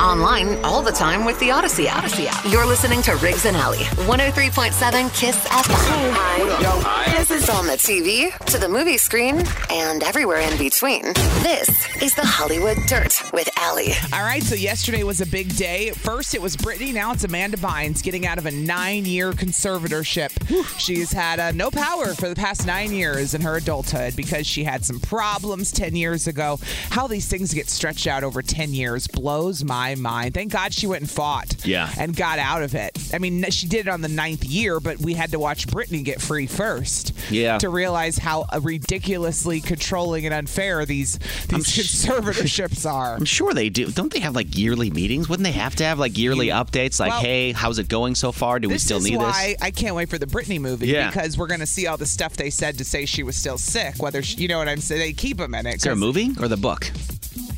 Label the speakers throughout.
Speaker 1: Online all the time with the Odyssey app. Odyssey app. You're listening to Riggs and Alley, 103.7 Kiss FM. This is on the TV, to the movie screen, and everywhere in between. This is the Hollywood Dirt with Alley.
Speaker 2: All right, so yesterday was a big day. First, it was Brittany. Now it's Amanda Bynes getting out of a nine-year conservatorship. She's had uh, no power for the past nine years in her adulthood because she had some problems ten years ago. How these things get stretched out over ten years blows my mind. Thank God she went and fought.
Speaker 3: Yeah.
Speaker 2: and got out of it. I mean, she did it on the ninth year, but we had to watch Brittany get free first.
Speaker 3: Yeah.
Speaker 2: to realize how ridiculously controlling and unfair these these conservatorships are.
Speaker 3: I'm sure they do. Don't they have like yearly meetings? Wouldn't they have to have like yearly updates? Like,
Speaker 2: Well,
Speaker 3: hey, how's it going so far? Do we
Speaker 2: This
Speaker 3: still
Speaker 2: is
Speaker 3: need
Speaker 2: why
Speaker 3: this?
Speaker 2: I can't wait for the Britney movie
Speaker 3: Yeah.
Speaker 2: because we're going to see all the stuff they said to say she was still sick. Whether she, you know what I'm saying, they keep them in it.
Speaker 3: Is there a
Speaker 2: 'cause
Speaker 3: movie or the book?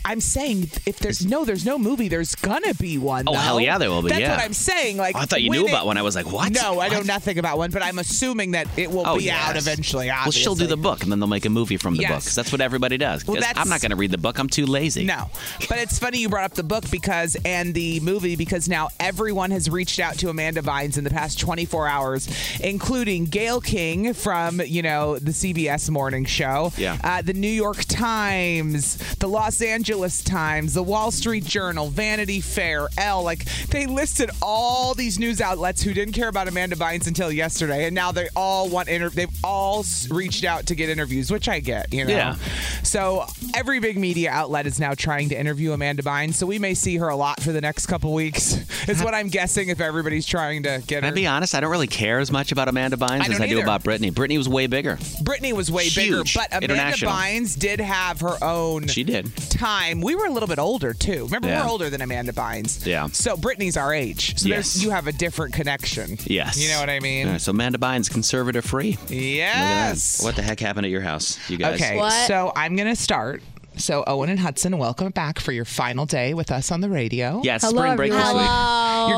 Speaker 2: I'm saying if there's no, there's no movie. There's gonna be one.
Speaker 3: Oh,
Speaker 2: though.
Speaker 3: hell yeah, there will be,
Speaker 2: That's
Speaker 3: yeah.
Speaker 2: what I'm saying. Like
Speaker 3: Oh, I thought you
Speaker 2: when
Speaker 3: knew
Speaker 2: it-
Speaker 3: about one. I was like, what?
Speaker 2: No, I know
Speaker 3: What?
Speaker 2: nothing about one, but I'm assuming that it will
Speaker 3: Oh,
Speaker 2: be out
Speaker 3: yes.
Speaker 2: eventually.
Speaker 3: Well, she'll do
Speaker 2: obviously.
Speaker 3: the book, and then they'll make a movie from the book.
Speaker 2: Yes.
Speaker 3: 'cause That's what everybody does.
Speaker 2: Well,
Speaker 3: 'Cause
Speaker 2: that's-
Speaker 3: I'm not going to read the book. I'm too lazy.
Speaker 2: No, but it's funny you brought up the book because and the movie because now everyone has reached out to Amanda Vines in the past 24 hours, including Gail King from you know the CBS Morning Show,
Speaker 3: Yeah.
Speaker 2: uh, the New York Times, the Los Angeles Times, the Wall Street Journal, Vanity Fair, Elle. Like they listed all these news outlets who didn't care about Amanda Vines until yesterday, and now they all want inter- They've all s- reached out to get interviews, which I get. You know.
Speaker 3: Yeah.
Speaker 2: So every big media outlet is now trying to interview Amanda Bynes, so we may see her a lot for the next couple weeks. Is what I'm guessing if everybody's trying to get
Speaker 3: Can I
Speaker 2: her.
Speaker 3: be honest? I don't really care as much about Amanda Bynes
Speaker 2: I
Speaker 3: as
Speaker 2: don't
Speaker 3: I do
Speaker 2: either.
Speaker 3: about Brittany. Brittany was way bigger.
Speaker 2: Brittany was way bigger,
Speaker 3: Huge.
Speaker 2: but Amanda
Speaker 3: International.
Speaker 2: Bynes did have her own
Speaker 3: She did.
Speaker 2: time. We were a little bit older too. Remember,
Speaker 3: Yeah.
Speaker 2: we're older than Amanda Bynes.
Speaker 3: Yeah.
Speaker 2: So Brittany's our age. So there's-
Speaker 3: Yes.
Speaker 2: you have a different connection.
Speaker 3: Yes.
Speaker 2: You know what I mean?
Speaker 3: All right, so Amanda Bynes, conservative free.
Speaker 2: Yes.
Speaker 3: What the heck happened at your house, you guys?
Speaker 2: Okay, so I'm gonna start. So Owen and Hudson, welcome back for your final day with us on the radio.
Speaker 3: Yeah, it's spring break this week.
Speaker 2: You're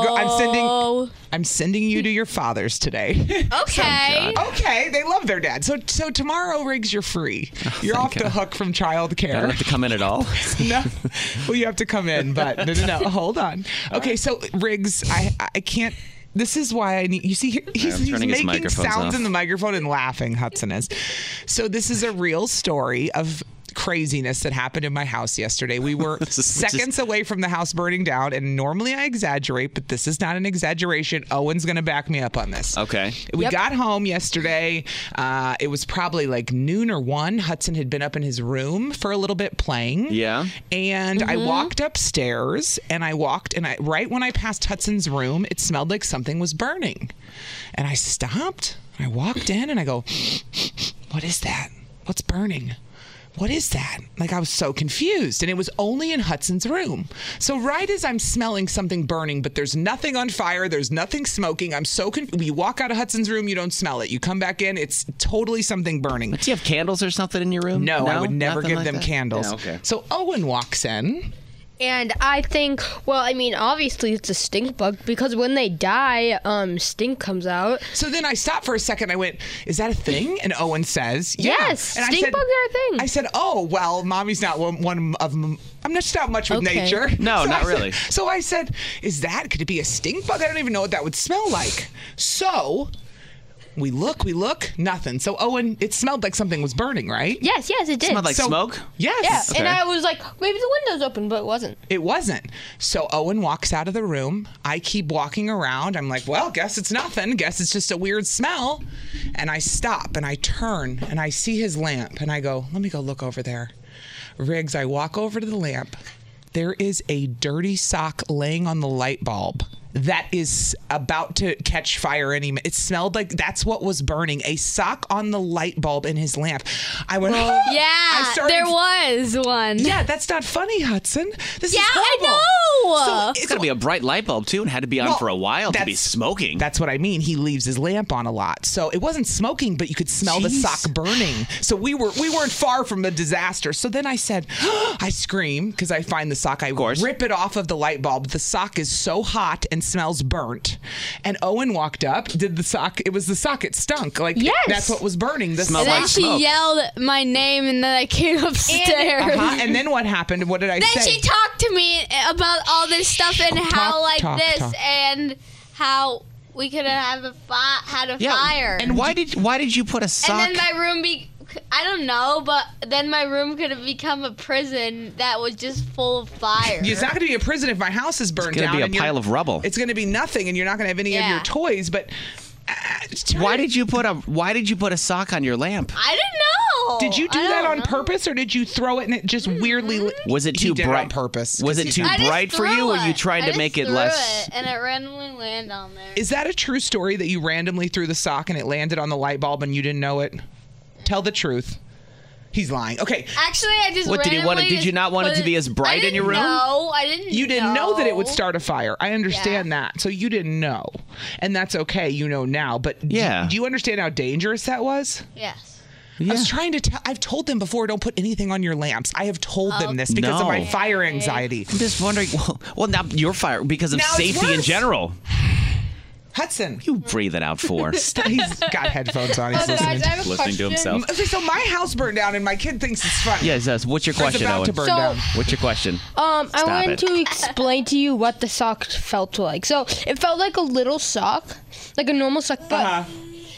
Speaker 2: go- I'm sending. I'm sending you to your father's today.
Speaker 4: Okay.
Speaker 2: okay, they love their dad. So so tomorrow, Riggs, you're free.
Speaker 3: Oh,
Speaker 2: You're off the hook from child
Speaker 3: I don't
Speaker 2: care.
Speaker 3: have to come in at all.
Speaker 2: no, well, you have to come in, but no, no, no. Hold on. Okay, so Riggs, I I can't. This is why I need. You see, here- he's,
Speaker 3: I'm
Speaker 2: he's
Speaker 3: turning his
Speaker 2: making
Speaker 3: microphones
Speaker 2: sounds
Speaker 3: off.
Speaker 2: in the microphone and laughing. Hudson is. So this is a real story of craziness that happened in my house yesterday. We were
Speaker 3: This is-
Speaker 2: seconds away from the house burning down, and normally I exaggerate, but this is not an exaggeration. Owen's going to back me up on this.
Speaker 3: Okay.
Speaker 2: We got home yesterday. Uh, it was probably like noon or one. Hudson had been up in his room for a little bit playing.
Speaker 3: Yeah.
Speaker 2: And I walked upstairs and I walked and I right when I passed Hudson's room, it smelled like something was burning. And I stopped. I walked in and I go, "What is that? What's burning?" What is that? Like, I was so confused. And it was only in Hudson's room. So, right as I'm smelling something burning, but there's nothing on fire, there's nothing smoking, I'm so confused. You walk out of Hudson's room, you don't smell it. You come back in, it's totally something burning.
Speaker 3: Do you have candles or something in your room?
Speaker 2: No, I would never
Speaker 3: Nothing
Speaker 2: give
Speaker 3: like
Speaker 2: them
Speaker 3: that?
Speaker 2: candles.
Speaker 3: Yeah, okay.
Speaker 2: So Owen walks in.
Speaker 4: And I think, well, I mean, obviously it's a stink bug because when they die, um, stink comes out.
Speaker 2: So then I stopped for a second. I went, "Is that a thing?" And Owen says, yeah.
Speaker 4: Yes,
Speaker 2: And I
Speaker 4: stink
Speaker 2: said-
Speaker 4: bugs are a thing.
Speaker 2: I said, "Oh well, mommy's not one, one of them. I'm not not much with
Speaker 4: Okay.
Speaker 2: nature.
Speaker 3: No,
Speaker 2: So
Speaker 3: not
Speaker 2: I said-
Speaker 3: really.
Speaker 2: so I said, "Is that? Could it be a stink bug? I don't even know what that would smell like." So. We look, we look, nothing. So Owen, it smelled like something was burning, right?
Speaker 4: Yes, yes, it did.
Speaker 3: Smelled like
Speaker 2: So-
Speaker 3: smoke?
Speaker 2: Yes.
Speaker 4: yeah,
Speaker 3: Okay.
Speaker 4: and I was like, maybe the window's open, but it wasn't.
Speaker 2: It wasn't. So Owen walks out of the room. I keep walking around. I'm like, well, guess it's nothing. Guess it's just a weird smell. And I stop and I turn and I see his lamp and I go, let me go look over there. Riggs, I walk over to the lamp. There is a dirty sock laying on the light bulb. that is about to catch fire any minute. It smelled like that's what was burning a sock on the light bulb in his lamp. I went, "Oh."
Speaker 5: Yeah,
Speaker 2: I started-
Speaker 5: there was one.
Speaker 2: Yeah, that's not funny, Hudson. This
Speaker 5: Yeah,
Speaker 2: is
Speaker 5: I
Speaker 2: horrible.
Speaker 5: know.
Speaker 2: So,
Speaker 3: It's got to be a bright light bulb too, and had to be on
Speaker 2: Well,
Speaker 3: for a while to be
Speaker 2: that's-
Speaker 3: smoking.
Speaker 2: That's what I mean. He leaves his lamp on a lot. So it wasn't smoking, but you could smell the
Speaker 3: Jeez.
Speaker 2: sock burning. So we were we weren't far from a disaster. So then I said, I scream because I find the sock. I
Speaker 3: course.
Speaker 2: rip it off of the light bulb. The sock is so hot and smells burnt. And Owen walked up, did the sock. It was the sock. It stunk. Like
Speaker 4: Yes.
Speaker 2: that's what was burning. The
Speaker 3: Smelled
Speaker 2: sock.
Speaker 5: Then
Speaker 3: like
Speaker 5: she
Speaker 3: smoke.
Speaker 5: yelled my name, and then I came upstairs.
Speaker 2: Uh-huh. And then what happened? What did I
Speaker 5: then
Speaker 2: say?
Speaker 5: she talked to me about all this stuff and how like
Speaker 2: talk,
Speaker 5: this
Speaker 2: talk.
Speaker 5: and how we could have a fi- had a
Speaker 3: yeah.
Speaker 5: fire.
Speaker 3: And why did why did you put a
Speaker 5: And
Speaker 3: sock?
Speaker 5: then my room be I don't know, but then my room could have become a prison that was just full of fire.
Speaker 2: It's not going to be a prison if my house is burned
Speaker 3: gonna
Speaker 2: down.
Speaker 3: be a
Speaker 2: and you're-
Speaker 3: pile of rubble.
Speaker 2: It's going to be nothing, and you're not going to have any of
Speaker 5: Yeah.
Speaker 2: your toys. But uh, turn
Speaker 3: why
Speaker 2: it-
Speaker 3: did you put a Why did you put a sock on your lamp?
Speaker 5: I didn't know.
Speaker 2: Did you do
Speaker 5: Oh, I
Speaker 2: that
Speaker 5: don't
Speaker 2: on
Speaker 5: know. Mm-hmm.
Speaker 2: purpose, or did you throw it and it just weirdly? Li-
Speaker 3: Was it
Speaker 2: He
Speaker 3: too
Speaker 2: did it
Speaker 3: bright?
Speaker 2: on purpose?
Speaker 3: Was it
Speaker 2: Because
Speaker 3: too
Speaker 2: he-
Speaker 5: I just
Speaker 3: bright for you?
Speaker 5: threw
Speaker 3: Or you
Speaker 5: it.
Speaker 3: trying
Speaker 5: I
Speaker 3: to
Speaker 5: just
Speaker 3: make it
Speaker 5: threw
Speaker 3: less?
Speaker 5: it, and it randomly landed on there.
Speaker 2: Is that a true story that you randomly threw the sock and it landed on the light bulb and you didn't know it? Tell the truth. He's lying. Okay,
Speaker 5: Actually, I just
Speaker 3: What, did you want it-
Speaker 5: randomly
Speaker 3: did you
Speaker 5: just
Speaker 3: not want it
Speaker 5: put
Speaker 3: to be as bright in
Speaker 5: I didn't
Speaker 3: your room?
Speaker 5: know. I didn't.
Speaker 2: you didn't know. that it would
Speaker 5: know.
Speaker 2: start a fire. I understand that. So you didn't know, and that's okay. You know now, but do-
Speaker 3: Yeah.
Speaker 2: do, you understand how dangerous that was?
Speaker 5: Yes.
Speaker 2: I was trying to tell. I've told them before. Don't put anything on your lamps. I have told
Speaker 4: Oh.
Speaker 2: them this because of
Speaker 3: No.
Speaker 2: my fire anxiety.
Speaker 3: I'm just wondering. Well, well, not your fire because of
Speaker 2: Now it's
Speaker 3: safety in
Speaker 2: worse.
Speaker 3: general.
Speaker 2: Hudson,
Speaker 3: You breathe it out for.
Speaker 2: he's got headphones on. He's
Speaker 4: Guys,
Speaker 2: listening.
Speaker 4: Oh, I have a
Speaker 3: Listening to
Speaker 4: question.
Speaker 3: himself.
Speaker 2: Okay, so my house burned down and my kid thinks it's funny.
Speaker 3: Yes, yes. What's your
Speaker 2: It's
Speaker 3: question,
Speaker 2: about
Speaker 3: Owen?
Speaker 2: to burn
Speaker 4: So-
Speaker 2: down.
Speaker 3: What's your question?
Speaker 4: Um, I
Speaker 3: Stop
Speaker 4: wanted
Speaker 3: it.
Speaker 4: to explain to you what the sock felt like. So it felt like a little sock, like a normal sock. But
Speaker 2: Uh-huh.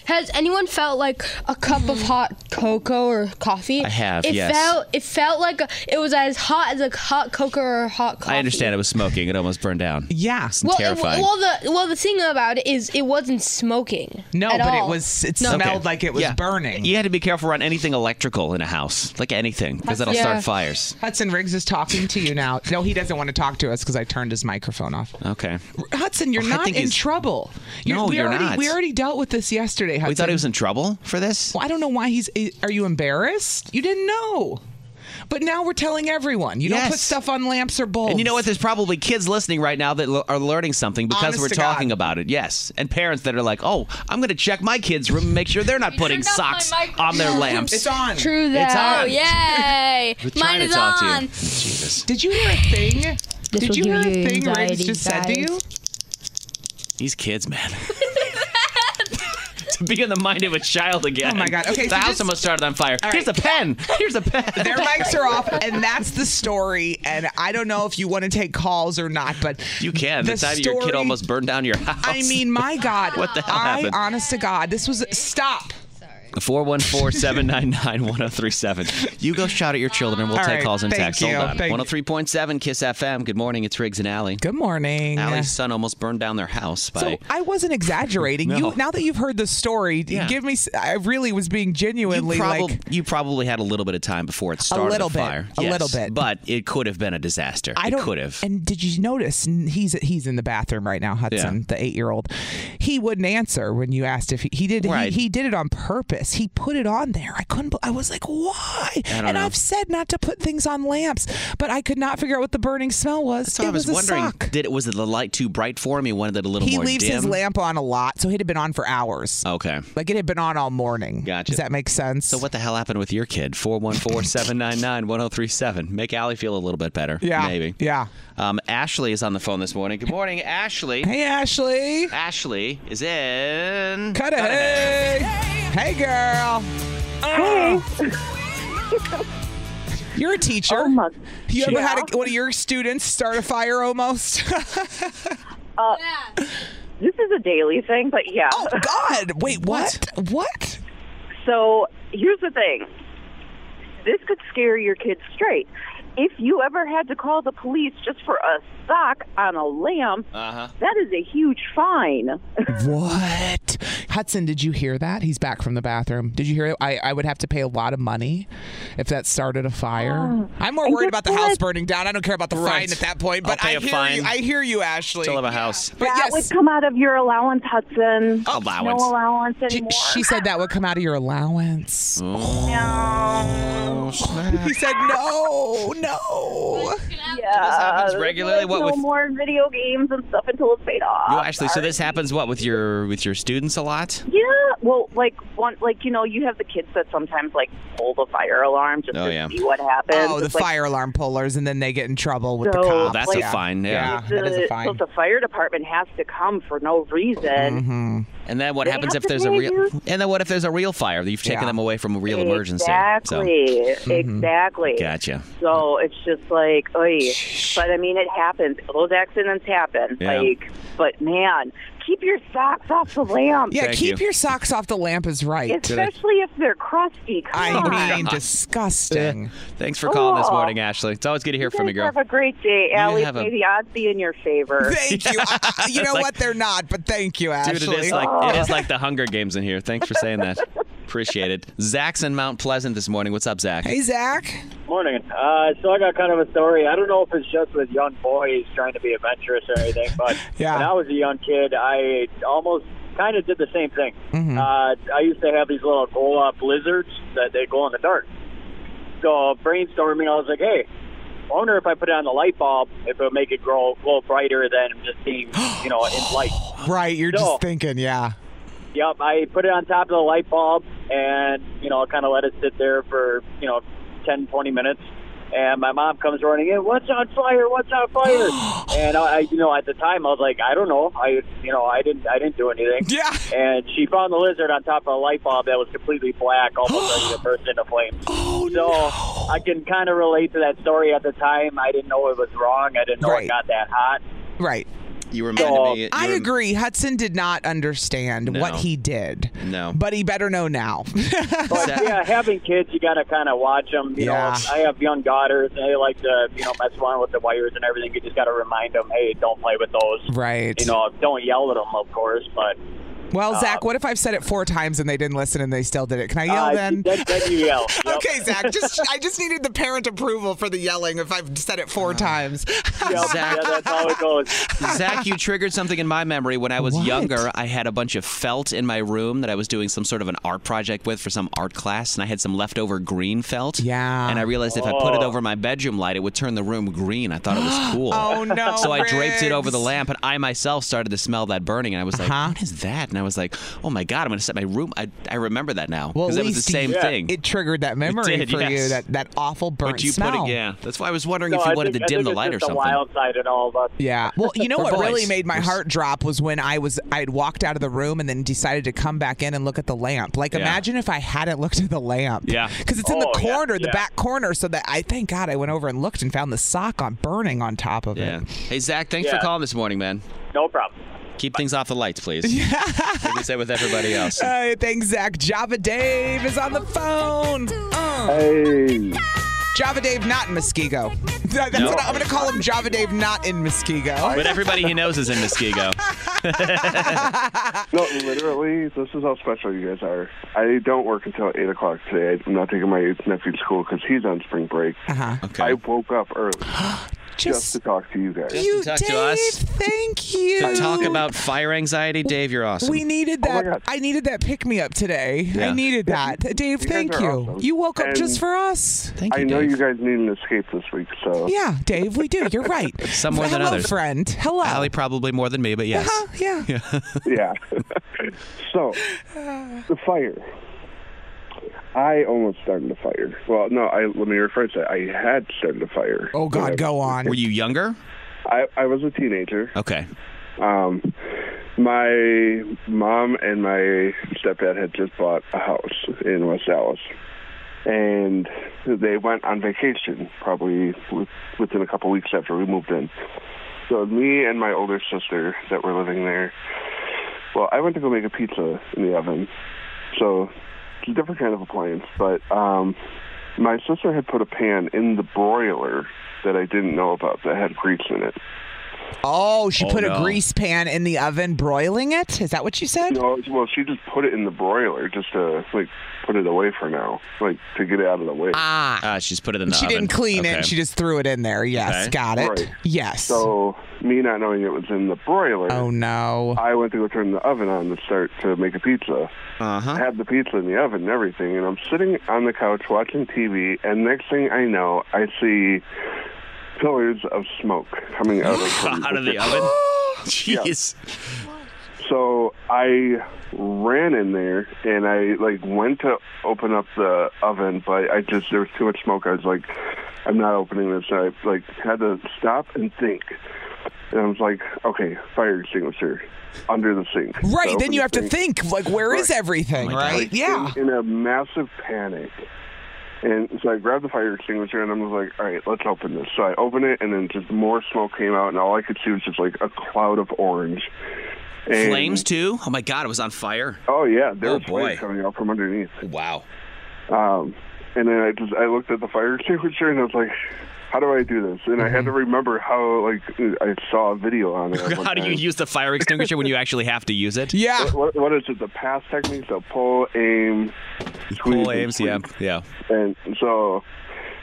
Speaker 4: has anyone felt like a cup of hot cocoa or coffee?
Speaker 3: I have,
Speaker 4: It
Speaker 3: yes.
Speaker 4: felt. It felt like a, it was as hot as a hot cocoa or hot coffee.
Speaker 3: I understand it was smoking. It almost burned down.
Speaker 2: Yeah.
Speaker 4: Well, it-
Speaker 3: Terrifying.
Speaker 4: well, the well, the thing about it is it wasn't smoking.
Speaker 2: No,
Speaker 4: at
Speaker 2: but
Speaker 4: all.
Speaker 2: it was it
Speaker 4: No.
Speaker 2: smelled
Speaker 3: Okay.
Speaker 2: like it was
Speaker 3: Yeah.
Speaker 2: burning.
Speaker 3: You had to be careful on anything electrical in a house, like anything, because that'll
Speaker 4: Yeah.
Speaker 3: start fires.
Speaker 2: Hudson Riggs is talking to you now. No, he doesn't want to talk to us because I turned his microphone off.
Speaker 3: Okay.
Speaker 2: Hudson, you're
Speaker 3: I
Speaker 2: not
Speaker 3: think
Speaker 2: in
Speaker 3: he's-
Speaker 2: trouble.
Speaker 3: No,
Speaker 2: we
Speaker 3: you're
Speaker 2: already,
Speaker 3: not.
Speaker 2: We already dealt with this yesterday, Hudson.
Speaker 3: We thought he was in trouble for this.
Speaker 2: Well, I don't know why he's. eh, Are you embarrassed? You didn't know. But now we're telling everyone. You don't
Speaker 3: Yes.
Speaker 2: put stuff on lamps or bulbs.
Speaker 3: And you know what? There's probably kids listening right now that l- are learning something because
Speaker 2: Honest
Speaker 3: we're
Speaker 2: to God.
Speaker 3: talking about it. Yes. And parents that are like, oh, I'm going to check my kids' room and make sure they're not putting
Speaker 5: turned off my
Speaker 3: socks on their lamps.
Speaker 2: It's on.
Speaker 4: True that.
Speaker 3: It's on.
Speaker 5: Oh yay!
Speaker 3: We're trying
Speaker 5: Mine
Speaker 3: to
Speaker 5: is
Speaker 3: talk to you.
Speaker 5: on.
Speaker 3: Jesus.
Speaker 2: Did you hear a thing? Did
Speaker 4: will
Speaker 2: you
Speaker 4: give
Speaker 2: hear a
Speaker 4: you
Speaker 2: thing Riggs
Speaker 4: anxiety,
Speaker 2: just said to
Speaker 4: guys.
Speaker 2: you?
Speaker 3: These kids, man. to be in the mind of a child again.
Speaker 2: Oh, my God. Okay,
Speaker 3: The
Speaker 2: so
Speaker 3: house
Speaker 2: just-
Speaker 3: almost started on fire.
Speaker 2: right.
Speaker 3: Here's a pen. Here's a pen.
Speaker 2: Their mics are off, and that's the story. And I don't know if you want to take calls or not, but
Speaker 3: you can. The, time your kid
Speaker 2: story-
Speaker 3: almost burned down your house.
Speaker 2: I mean, my God,
Speaker 3: What the hell
Speaker 2: I,
Speaker 3: happened?
Speaker 2: honest to God, this was stop.
Speaker 3: 414-799-1037. You go shout at your children and we'll
Speaker 2: All
Speaker 3: take
Speaker 2: right.
Speaker 3: calls and
Speaker 2: Thank
Speaker 3: texts.
Speaker 2: you.
Speaker 3: Hold on.
Speaker 2: Thank you.
Speaker 3: 103.7 KISS FM. Good morning. It's Riggs and Allie.
Speaker 2: Good morning.
Speaker 3: Allie's son almost burned down their house by
Speaker 2: So I wasn't exaggerating. You
Speaker 3: No.
Speaker 2: now that you've heard the story,
Speaker 3: Yeah.
Speaker 2: give me. s- I really was being
Speaker 3: you,
Speaker 2: genuinely
Speaker 3: probab-
Speaker 2: like.
Speaker 3: you probably had a little bit of time before it started
Speaker 2: little
Speaker 3: the
Speaker 2: bit.
Speaker 3: fire.
Speaker 2: A
Speaker 3: Yes,
Speaker 2: little bit.
Speaker 3: But it could have been a disaster.
Speaker 2: I
Speaker 3: It
Speaker 2: don't.
Speaker 3: could have.
Speaker 2: And did you notice n- he's he's in the bathroom right now, Hudson, the eight year old. He wouldn't answer when you asked if he, he did.
Speaker 3: Right.
Speaker 2: He, he did it on purpose. He put it on there. I couldn't. bel- I was like, why?
Speaker 3: don't
Speaker 2: and
Speaker 3: know.
Speaker 2: I've said not to put things on lamps, but I could not figure out what the burning smell was.
Speaker 3: so
Speaker 2: it
Speaker 3: I was,
Speaker 2: a
Speaker 3: wondering,
Speaker 2: sock.
Speaker 3: did it was it the light too bright for him? He wanted it a little
Speaker 2: he
Speaker 3: more
Speaker 2: leaves
Speaker 3: dim.
Speaker 2: his lamp on a lot, so he'd have been on for hours.
Speaker 3: Okay.
Speaker 2: Like it had been on all morning.
Speaker 3: Gotcha.
Speaker 2: Does that make sense?
Speaker 3: So what the hell happened with your kid? 414-799-1037. Make Allie feel a little bit better.
Speaker 2: Yeah.
Speaker 3: Maybe.
Speaker 2: Yeah.
Speaker 3: Um, Ashley is on the phone this morning. Good morning, Ashley.
Speaker 2: Hey, Ashley.
Speaker 3: Ashley is in.
Speaker 2: Cut it. Hey. Hey, girl. You're a teacher.
Speaker 6: Oh my-
Speaker 2: You ever
Speaker 6: Yeah.
Speaker 2: had a, one of your students start a fire almost?
Speaker 6: Uh, This is a daily thing, but yeah.
Speaker 2: oh, God. Wait, what? What?
Speaker 6: So here's the thing. This could scare your kids straight. If you ever had to call the police just for a sock on a lamp,
Speaker 3: Uh huh.
Speaker 6: that is a huge fine.
Speaker 2: What? Hudson, did you hear that? He's back from the bathroom. Did you hear it? I, I would have to pay a lot of money if that started a fire.
Speaker 6: Uh,
Speaker 2: I'm more worried about the house burning down. I don't care about the
Speaker 3: Right.
Speaker 2: fine at that point.
Speaker 3: I'll
Speaker 2: But
Speaker 3: pay
Speaker 2: I
Speaker 3: a
Speaker 2: hear
Speaker 3: fine.
Speaker 2: you. I hear you, Ashley.
Speaker 3: Still have a house.
Speaker 2: But
Speaker 6: that
Speaker 2: yes,
Speaker 6: would come out of your allowance, Hudson.
Speaker 3: Allowance.
Speaker 6: No allowance
Speaker 2: she,
Speaker 6: anymore.
Speaker 2: she said that would come out of your allowance.
Speaker 3: Mm. Oh, snap.
Speaker 2: He said no, no.
Speaker 6: yeah,
Speaker 3: happens
Speaker 6: there's,
Speaker 3: regularly,
Speaker 6: like,
Speaker 3: what
Speaker 6: no
Speaker 3: with-
Speaker 6: more video games and stuff until it's paid off.
Speaker 3: Yo, Ashley, so this happens what with your with your students a lot?
Speaker 6: Yeah, well, like one, like you know, you have the kids that sometimes like pull the fire alarm just
Speaker 3: Oh,
Speaker 6: to
Speaker 3: yeah.
Speaker 6: see what happens.
Speaker 2: Oh, the
Speaker 6: It's like,
Speaker 2: fire alarm pullers, and then they get in trouble with the
Speaker 6: So,
Speaker 2: cops.
Speaker 6: Well,
Speaker 3: that's a fine, yeah.
Speaker 2: that is a
Speaker 6: the-
Speaker 2: fine.
Speaker 6: So the fire department has to come for no reason.
Speaker 2: Mm-hmm.
Speaker 3: And then what
Speaker 6: They
Speaker 3: happens
Speaker 6: have to
Speaker 3: if there's a
Speaker 6: pay
Speaker 3: real?
Speaker 6: you.
Speaker 3: And then what if there's a real fire? You've taken
Speaker 2: Yeah.
Speaker 3: them away from a real emergency. So- Mm-hmm.
Speaker 6: Exactly. Exactly.
Speaker 3: Gotcha.
Speaker 6: So it's just like, oy. But I mean, it happens. Those accidents happen.
Speaker 3: Yeah.
Speaker 6: Like, but man, keep your socks off the lamp.
Speaker 2: yeah,
Speaker 3: Thank
Speaker 2: keep
Speaker 3: you.
Speaker 2: your socks off. The lamp is right.
Speaker 6: Um, Especially if they're crusty. Come on.
Speaker 2: I mean, disgusting.
Speaker 3: Thanks for calling this
Speaker 6: Cool.
Speaker 3: morning, Ashley. It's always good to hear from you,
Speaker 6: Guys,
Speaker 3: girl.
Speaker 6: Have a great day, Allie.
Speaker 3: have a-
Speaker 6: May the odds be in your favor.
Speaker 2: Thank you. I- I- you know
Speaker 3: It's like-
Speaker 2: what? They're not, but thank you,
Speaker 3: Dude,
Speaker 2: Ashley.
Speaker 3: it is
Speaker 6: oh.
Speaker 3: like it is like the Hunger Games in here. Thanks for saying that. Appreciate it. Zach's in Mount Pleasant this morning. What's up, Zach?
Speaker 2: hey, Zach.
Speaker 7: Morning. Uh, so I got kind of a story. I don't know if it's just with young boys trying to be adventurous or anything, but
Speaker 2: Yeah.
Speaker 7: when I was a young kid, I almost kind of did the same thing.
Speaker 2: Mm-hmm.
Speaker 7: Uh, I used to have these little glow up lizards that they glow in the dark. So brainstorming, I was like, hey, I wonder if I put it on the light bulb, if it would make it grow glow brighter than just being, you know, in light.
Speaker 2: Right, you're
Speaker 7: No.
Speaker 2: just thinking, yeah.
Speaker 7: Yep, I put it on top of the light bulb and, you know, kind of let it sit there for, you know, 10, 20 minutes. And my mom comes running in, what's on fire? What's on fire? and I, I, you know, at the time I was like, I don't know. I, you know, I didn't, I didn't do anything.
Speaker 2: Yeah.
Speaker 7: And she found the lizard on top of a light bulb that was completely black, almost ready to burst into flames.
Speaker 2: Oh
Speaker 7: So I can kind of relate to that story at the time. I didn't know it was wrong. I didn't know
Speaker 2: Right.
Speaker 7: it got that hot.
Speaker 2: Right.
Speaker 3: You reminded
Speaker 7: Oh.
Speaker 3: me. you
Speaker 2: I
Speaker 3: rem-
Speaker 2: agree. Hudson did not understand what
Speaker 3: No.
Speaker 2: he did.
Speaker 3: No.
Speaker 2: But he better know now.
Speaker 7: But
Speaker 3: Zach-
Speaker 7: yeah, having kids, you gotta kind of watch them. You
Speaker 2: Yeah.
Speaker 7: know, I have young daughters, and they like to, you know, mess around with the wires and everything. You just gotta remind them, hey, don't play with those.
Speaker 2: right.
Speaker 7: You know, don't yell at them, of course, but
Speaker 2: well, Zach, what if I've said it four times and they didn't listen and they still did it? Can I yell
Speaker 7: uh,
Speaker 2: then?
Speaker 7: then, then you yell. Yep.
Speaker 2: Okay, Zach. Just I just needed the parent approval for the yelling if I've said it four times.
Speaker 7: Yep.
Speaker 3: Zach.
Speaker 7: Yeah, that's how it goes.
Speaker 3: Zach, you triggered something in my memory. When I was
Speaker 2: What?
Speaker 3: younger, I had a bunch of felt in my room that I was doing some sort of an art project with for some art class, and I had some leftover green felt.
Speaker 2: Yeah.
Speaker 3: And I realized if I put it over my bedroom light, it would turn the room green. I thought it was cool.
Speaker 2: Oh, no,
Speaker 3: So I draped it over the
Speaker 2: Riggs.
Speaker 3: lamp, and I myself started to smell that burning, and I was like,
Speaker 2: Uh-huh.
Speaker 3: "What is that?" And I was like, "Oh my god, I'm going to set my room." I, I remember that now
Speaker 2: Well,
Speaker 3: because
Speaker 2: at
Speaker 3: it was the
Speaker 2: least
Speaker 3: same
Speaker 2: you-
Speaker 3: thing.
Speaker 2: It triggered that memory
Speaker 3: did,
Speaker 2: for you
Speaker 3: yes.
Speaker 2: that that awful burnt
Speaker 3: but you
Speaker 2: smell.
Speaker 3: put it, yeah. That's why I was wondering
Speaker 7: No,
Speaker 3: if you
Speaker 7: I
Speaker 3: wanted
Speaker 7: think,
Speaker 3: to dim
Speaker 7: I think
Speaker 3: the
Speaker 7: it's
Speaker 3: light or
Speaker 7: just the
Speaker 3: something.
Speaker 7: wild side in all of us.
Speaker 2: Yeah. Well, you know
Speaker 3: Or
Speaker 2: what really
Speaker 3: boys.
Speaker 2: made my
Speaker 3: Or s-
Speaker 2: heart drop was when I was I had walked out of the room and then decided to come back in and look at the lamp. Like
Speaker 3: Yeah.
Speaker 2: imagine if I hadn't looked at the lamp.
Speaker 3: Yeah.
Speaker 2: Because it's in the
Speaker 7: Oh, yeah,
Speaker 2: corner, the
Speaker 7: yeah.
Speaker 2: back corner, so that I thank God I went over and looked and found the sock on burning on top of
Speaker 3: Yeah.
Speaker 2: it.
Speaker 3: Hey Zach, thanks
Speaker 7: Yeah.
Speaker 3: for calling this morning, man.
Speaker 7: No problem.
Speaker 3: Keep things off the lights, please. like we said with everybody else.
Speaker 2: Uh, thanks, Zach. Java Dave is on the phone. Uh,
Speaker 7: Hey.
Speaker 2: Java Dave, not in Muskego. That- That's
Speaker 3: No.
Speaker 2: what I, am going to call him Java Dave, not in Muskego.
Speaker 3: But everybody he knows is in Muskego.
Speaker 8: No, literally, this is how special you guys are. I don't work until 8 o'clock today. I'm not taking my nephew to school because he's on spring break.
Speaker 2: Uh-huh.
Speaker 3: Okay.
Speaker 8: I woke up early just to
Speaker 2: Just
Speaker 8: talk to you guys.
Speaker 2: you,
Speaker 3: talk to
Speaker 2: Dave.
Speaker 3: us.
Speaker 2: Thank you.
Speaker 3: to talk about fire anxiety, Dave, you're awesome.
Speaker 2: We needed
Speaker 8: Oh my
Speaker 2: that.
Speaker 8: God.
Speaker 2: I needed that pick me up today. I
Speaker 3: Yeah.
Speaker 2: needed that. Dave,
Speaker 8: guys
Speaker 2: thank
Speaker 8: are
Speaker 2: you.
Speaker 8: awesome.
Speaker 2: You woke up
Speaker 8: And-
Speaker 2: just for us.
Speaker 3: Thank you,
Speaker 8: I know
Speaker 3: Dave.
Speaker 8: you guys need an escape this week, so
Speaker 2: Yeah, Dave, we do. You're right.
Speaker 3: Some more
Speaker 2: Hello,
Speaker 3: than others.
Speaker 2: friend. Hello.
Speaker 3: Allie probably more than me, but yes.
Speaker 2: Uh-huh, yeah.
Speaker 8: yeah. so, the fire. I almost started a fire. Well, no, I let me rephrase that. I had started a fire.
Speaker 2: Oh
Speaker 8: when I-
Speaker 2: God, go on.
Speaker 3: Were you younger?
Speaker 8: I, I was a teenager.
Speaker 3: Okay.
Speaker 8: Um, my mom and my stepdad had just bought a house in West Dallas, and they went on vacation probably with, within a couple weeks after we moved in. So it was me and my older sister that were living there. Well, I went to go make a pizza in the oven, so it's a different kind of appliance. But um, my sister had put a pan in the broiler that I didn't know about that had grease in it.
Speaker 2: Oh, she
Speaker 8: Oh,
Speaker 2: put a
Speaker 8: no.
Speaker 2: grease pan in the oven broiling it? Is that what you said?
Speaker 8: No, it's- well, she just put it in the broiler just to like put it away for now, like to get it out of the way.
Speaker 2: Ah,
Speaker 3: she's put it in the
Speaker 2: she
Speaker 3: oven.
Speaker 2: didn't clean
Speaker 3: Uh, Okay.
Speaker 2: it. She just threw it in there. Yes,
Speaker 8: Okay.
Speaker 2: got it.
Speaker 8: Right.
Speaker 2: Yes.
Speaker 8: So me not knowing it was in the broiler.
Speaker 2: Oh no!
Speaker 8: I went to go turn the oven on to start to make a pizza.
Speaker 3: Uh-huh.
Speaker 8: I had the pizza in the oven and everything, and I'm sitting on the couch watching TV, and next thing I know, I see pillars of smoke coming out of
Speaker 3: Out of the
Speaker 8: kitchen.
Speaker 3: oven?
Speaker 8: Yeah.
Speaker 3: Jeez.
Speaker 8: So I ran in there and I like went to open up the oven, but I just there was too much smoke. I was like, I'm not opening this. I like had to stop and think. And I was like, okay, fire extinguisher under the sink.
Speaker 2: Right,
Speaker 8: So I
Speaker 2: then you have
Speaker 8: opened
Speaker 2: to
Speaker 8: the
Speaker 2: think, like, where is everything, right? Yeah.
Speaker 8: In, in a massive panic. And so I grabbed the fire extinguisher and I was like, all right, let's open this. So I opened it and then just more smoke came out and all I could see was just like a cloud of orange. And-
Speaker 3: Flames too? Oh my God, it was on fire.
Speaker 8: Oh yeah, there
Speaker 3: Oh,
Speaker 8: was flames
Speaker 3: boy.
Speaker 8: coming out from underneath.
Speaker 3: Wow.
Speaker 8: Um, and then I just I looked at the fire extinguisher and I was like, "How do I do this?" And
Speaker 3: Mm-hmm.
Speaker 8: I had to remember how like I saw a video on it.
Speaker 3: How do you use the fire extinguisher when you actually have to use it?
Speaker 8: What, what, what is it? The pass techniques of pull, aim, squeeze,
Speaker 3: Pull aims, yeah, yeah.
Speaker 8: and so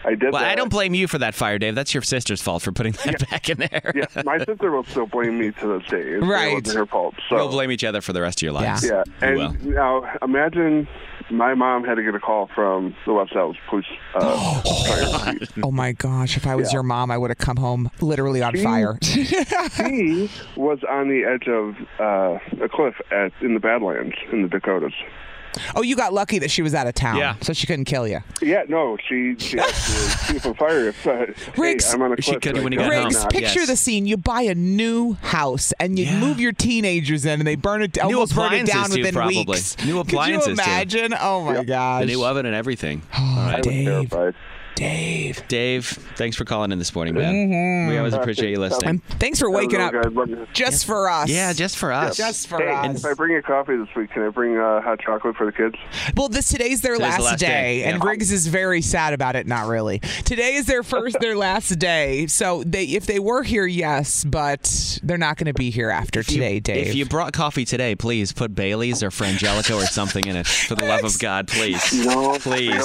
Speaker 8: I did.
Speaker 3: Well,
Speaker 8: that.
Speaker 3: I don't blame you for that fire, Dave. That's your sister's fault for putting that back in there.
Speaker 8: yeah, my sister will still blame me to this day. It's- It
Speaker 3: Right.
Speaker 8: wasn't her fault. So.
Speaker 3: You'll blame each other for the rest of your lives.
Speaker 8: Yeah,
Speaker 3: You
Speaker 8: and
Speaker 3: will.
Speaker 8: now imagine my mom had to get a call from the West Alps police. Uh, fire chief.
Speaker 2: Oh my gosh! If I was
Speaker 8: Yeah.
Speaker 2: your mom, I would have come home literally on fire.
Speaker 8: he was on the edge of uh, a cliff at in the Badlands in the Dakotas.
Speaker 2: Oh, you got lucky that she was out of town, yeah. so she couldn't kill you.
Speaker 8: Yeah, no, she, she asked the chief of fire if uh,
Speaker 2: Riggs-
Speaker 8: hey, I'm on a cliff.
Speaker 3: She couldn't
Speaker 8: right
Speaker 3: when he
Speaker 8: now.
Speaker 3: got home.
Speaker 2: Riggs, picture the scene: you buy a new house and you move your teenagers in, and they burn it,
Speaker 3: New
Speaker 2: almost burn it
Speaker 3: appliances
Speaker 2: down
Speaker 3: too,
Speaker 2: within
Speaker 3: probably.
Speaker 2: weeks.
Speaker 3: New appliances
Speaker 2: Could you imagine?
Speaker 3: Too.
Speaker 2: Oh my gosh! Oh,
Speaker 3: The new oven and everything. All right.
Speaker 2: Dave.
Speaker 3: Dave. Dave, thanks for calling in this morning, man.
Speaker 2: Mm-hmm.
Speaker 3: We always appreciate you listening.
Speaker 2: And thanks for waking up just for us.
Speaker 3: Yeah, just for us.
Speaker 2: Just for
Speaker 8: hey,
Speaker 2: us.
Speaker 8: If I bring you coffee this week, can I bring uh, hot chocolate for the kids?
Speaker 2: Well, this today's their
Speaker 8: Today's
Speaker 2: last,
Speaker 8: the last
Speaker 2: day,
Speaker 8: day,
Speaker 2: and
Speaker 8: yeah.
Speaker 2: Griggs is very sad about it. Not really. Today is their first, their last day. So they, if they were here, yes, but they're not going to be here after today, Dave.
Speaker 3: If you brought coffee today, please put Bailey's or Frangelico or something in it. For the love of God, please.
Speaker 5: Oh,
Speaker 8: No,
Speaker 3: please.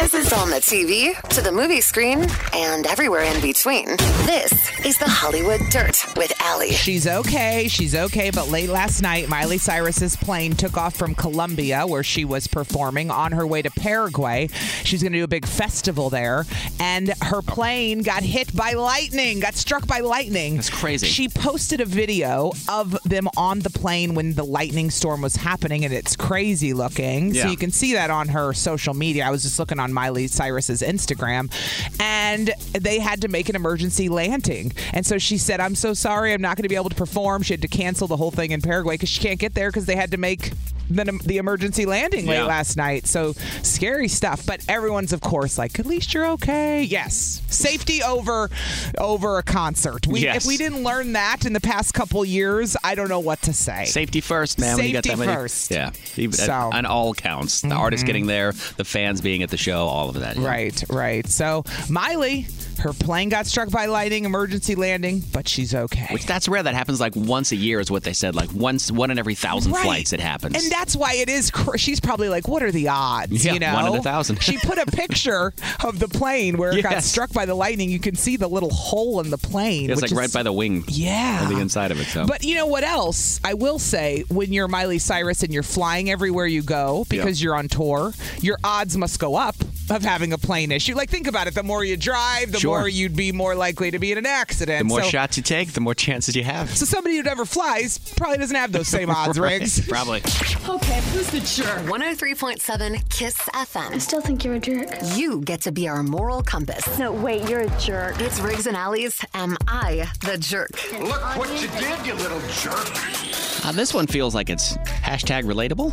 Speaker 1: This is on the TV, to the movie screen, and everywhere in between. This is the Hollywood Dirt with Allie.
Speaker 2: She's okay. She's okay. But late last night, Miley Cyrus's plane took off from Colombia, where she was performing, on her way to Paraguay. She's going to do a big festival there. And her plane got hit by lightning, got struck by lightning. That's
Speaker 3: crazy.
Speaker 2: She posted a video of them on the plane when the lightning storm was happening, and it's crazy looking. So
Speaker 9: Yeah.
Speaker 2: you can see that on her social media. I was just looking on Miley Cyrus's Instagram, and they had to make an emergency landing. And so she said, "I'm so sorry, I'm not going to be able to perform." She had to cancel the whole thing in Paraguay because she can't get there because they had to make. The, the emergency landing late
Speaker 9: Yeah.
Speaker 2: last night. So scary stuff. But everyone's, of course, like, at least you're okay. Yes. Safety over over a concert. We,
Speaker 3: Yes.
Speaker 2: If we didn't learn that in the past couple years, I don't know what to say.
Speaker 3: Safety first, man. when you got
Speaker 2: Safety
Speaker 3: that many-
Speaker 2: first.
Speaker 3: Yeah. Even-
Speaker 2: So-
Speaker 3: On all counts. The artist
Speaker 2: Mhm.
Speaker 3: getting there, the fans being at the show, all of that. yeah.
Speaker 2: Right, right. So Miley, her plane got struck by lightning, emergency landing, but she's okay.
Speaker 3: Which that's rare. That happens like once a year, is what they said. Like once, one in every thousand
Speaker 2: Right.
Speaker 3: flights, it happens.
Speaker 2: And that's why it is. Cr- she's probably like, "What are the odds?"
Speaker 3: Yeah,
Speaker 2: you know,
Speaker 3: one in a thousand.
Speaker 2: she put a picture of the plane where it got
Speaker 3: Yes.
Speaker 2: struck by the lightning. You can see the little hole in the plane.
Speaker 3: it's
Speaker 2: which
Speaker 3: like right
Speaker 2: is-
Speaker 3: by the wing.
Speaker 2: Yeah.
Speaker 3: On the inside of it. So.
Speaker 2: But you know what else? I will say when you're Miley Cyrus and you're flying everywhere you go because you're on tour, your odds must go up of having a plane issue. Like think about it, the more you drive, the
Speaker 3: Sure.
Speaker 2: more you'd be more likely to be in an accident.
Speaker 3: the more
Speaker 2: so,
Speaker 3: shots you take, the more chances you have.
Speaker 2: so somebody who never flies probably doesn't have those same odds,
Speaker 3: Right,
Speaker 2: Riggs.
Speaker 3: Probably.
Speaker 1: Okay, who's the jerk? 103.7 Kiss FM. I still think you're a jerk. You get to be our moral compass. No, wait, you're a jerk. It's Riggs and Allies. Am I the jerk?
Speaker 10: Look what you did, you little jerk.
Speaker 3: Uh, this one feels like it's hashtag relatable.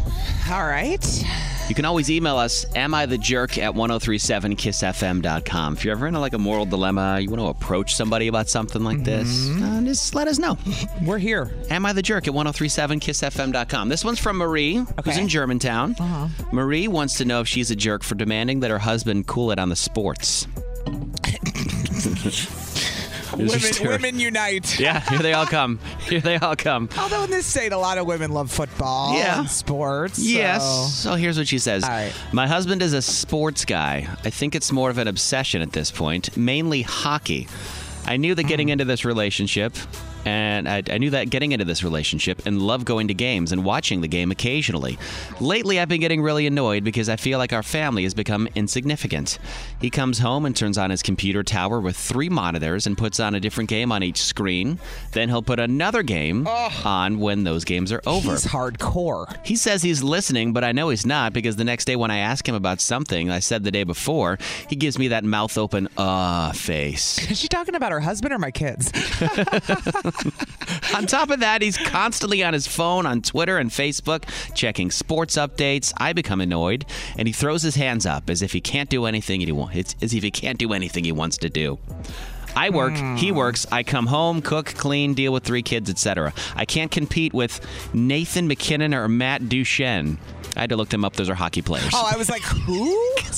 Speaker 2: All right.
Speaker 3: You can always email us, am I the jerk at 1037kissfm.com. If you're ever in like a moral dilemma, you want to approach somebody about something like this, uh, just let us know.
Speaker 2: We're here.
Speaker 3: Am I the jerk at 1037kissfm.com? This one's from Marie, who's in Germantown.
Speaker 2: Uh-huh.
Speaker 3: Marie wants to know if she's a jerk for demanding that her husband cool it on the sports. It's
Speaker 2: Women,
Speaker 3: just terrible.
Speaker 2: women unite.
Speaker 3: Yeah, here they all come. Here they all come.
Speaker 2: Although in this state, a lot of women love football
Speaker 3: Yeah.
Speaker 2: and sports.
Speaker 3: Yes.
Speaker 2: so-
Speaker 3: So here's what she says. My husband is a sports guy. I think it's more of an obsession at this point, mainly hockey. I knew that getting into this relationship, and I, I knew that getting into this relationship and love going to games and watching the game occasionally. Lately, I've been getting really annoyed because I feel like our family has become insignificant. He comes home and turns on his computer tower with three monitors and puts on a different game on each screen. Then he'll put another game on when those games are over.
Speaker 2: He's hardcore.
Speaker 3: He says he's listening, but I know he's not because the next day when I ask him about something I said the day before, he gives me that mouth open, uh, face.
Speaker 2: Is she talking about her husband or my kids?
Speaker 3: on top of that, he's constantly on his phone, on Twitter and Facebook, checking sports updates. I become annoyed, and he throws his hands up as if he can't do anything he wants. It's as if he can't do anything he wants to do. I work,
Speaker 2: Hmm.
Speaker 3: he works, I come home, cook, clean, deal with three kids, etc. I can't compete with Nathan McKinnon or Matt Duchenne. I had to look them up. Those are hockey players.
Speaker 2: Oh, I was like, who?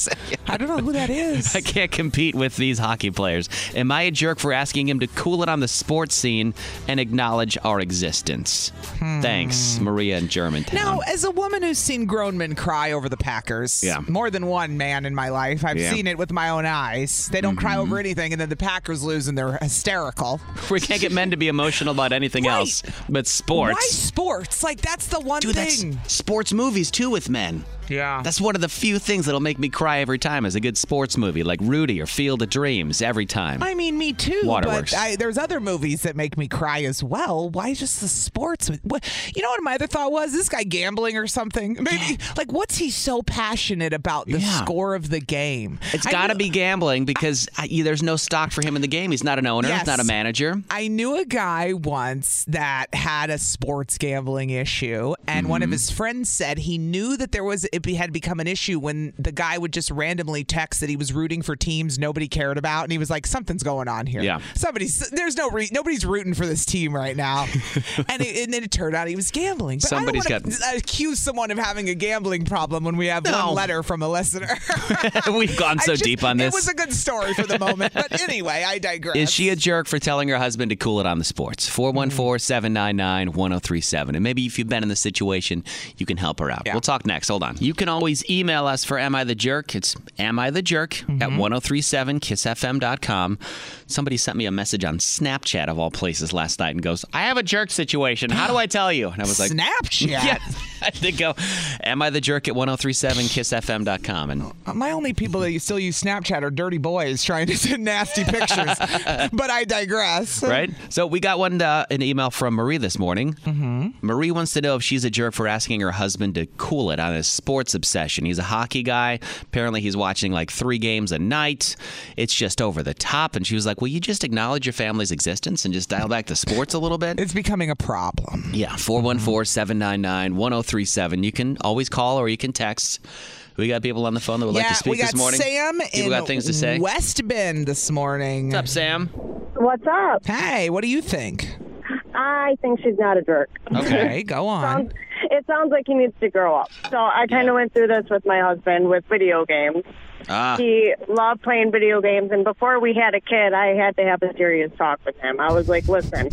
Speaker 2: I don't know who that is.
Speaker 3: I can't compete with these hockey players. Am I a jerk for asking him to cool it on the sports scene and acknowledge our existence?
Speaker 2: Hmm.
Speaker 3: Thanks, Maria in Germantown.
Speaker 2: Now, as a woman who's seen grown men cry over the Packers,
Speaker 3: Yeah.
Speaker 2: more than one man in my life, I've
Speaker 3: Yeah. Mm-hmm.
Speaker 2: seen it with my own eyes. They don't cry over anything, and then the Packers lose, and they're hysterical.
Speaker 3: We can't get men to be emotional about anything else but
Speaker 2: Why
Speaker 3: sports.
Speaker 2: sports? Like that's the one
Speaker 3: Dude, that's
Speaker 2: thing.
Speaker 3: sports movies too with men.
Speaker 2: Yeah.
Speaker 3: That's one of the few things that'll make me cry every time is a good sports movie like Rudy or Field of Dreams every time.
Speaker 2: I mean, me too.
Speaker 3: Waterworks.
Speaker 2: But I, there's other movies that make me cry as well. Why just the sports? What, you know what my other thought was? This guy gambling or something? Maybe like what's he so passionate about? The
Speaker 3: Yeah.
Speaker 2: score of the game.
Speaker 3: It's
Speaker 2: I
Speaker 3: got to
Speaker 2: knew-
Speaker 3: be gambling because I, there's no stock for him in the game. He's not an owner, he's not a
Speaker 2: Yes.
Speaker 3: manager.
Speaker 2: I knew a guy once that had a sports gambling issue, and one
Speaker 3: Mm-hmm.
Speaker 2: of his friends said he knew that there was it be- had become an issue when the guy would just randomly text that he was rooting for teams nobody cared about, and he was like, "Something's going on here.
Speaker 3: Yeah.
Speaker 2: somebody's there's no re- nobody's rooting for this team right now," and, it, and then it turned out he was gambling. But
Speaker 3: Somebody's
Speaker 2: I don't wanna
Speaker 3: got-
Speaker 2: accuse someone of having a gambling problem when we have
Speaker 3: No.
Speaker 2: one letter from a listener.
Speaker 3: We've gone
Speaker 2: I
Speaker 3: so
Speaker 2: just-
Speaker 3: deep on this.
Speaker 2: It was a good story for the moment, but anyway, I digress.
Speaker 3: Is she a jerk for telling her husband to cool it on the sports? 414 799 1037. And maybe if you've been in this situation, you can help her out. We'll talk next. Hold on. You can always email us for Am I the Jerk? It's Am I the Jerk at 1037kissfm.com. Somebody sent me a message on Snapchat of all places last night and goes, I have a jerk situation. How do I tell you? And I was like,
Speaker 2: Snapchat?
Speaker 3: yeah. I did go, Am I the Jerk at 1037kissfm.com. And
Speaker 2: My only people that still use Snapchat are dirty boys trying to send nasty pictures. but I digress.
Speaker 3: right? So we got one uh, an email from Marie this morning.
Speaker 2: Mhm.
Speaker 3: Marie wants to know if she's a jerk for asking her husband to cool it on his sports obsession. He's a hockey guy. Apparently, he's watching like three games a night. It's just over the top. And she was like, "Will you just acknowledge your family's existence and just dial back the sports a little bit?"
Speaker 2: It's becoming a problem.
Speaker 3: Yeah, 414-799-1037. You can always call or you can text. We got people on the phone that would like
Speaker 2: yeah,
Speaker 3: to speak
Speaker 2: we got
Speaker 3: this morning.
Speaker 2: Sam
Speaker 3: people
Speaker 2: in
Speaker 3: got things to say.
Speaker 2: West Bend this morning. What's
Speaker 3: up, Sam?
Speaker 9: What's up?
Speaker 2: Hey, what do you think?
Speaker 9: I think she's not a jerk.
Speaker 2: Okay, go on.
Speaker 9: it sounds like he needs to grow up. So I kind of went through this with my husband with video games.
Speaker 3: Ah.
Speaker 9: He loved playing video games, and before we had a kid, I had to have a serious talk with him. I was like, "Listen,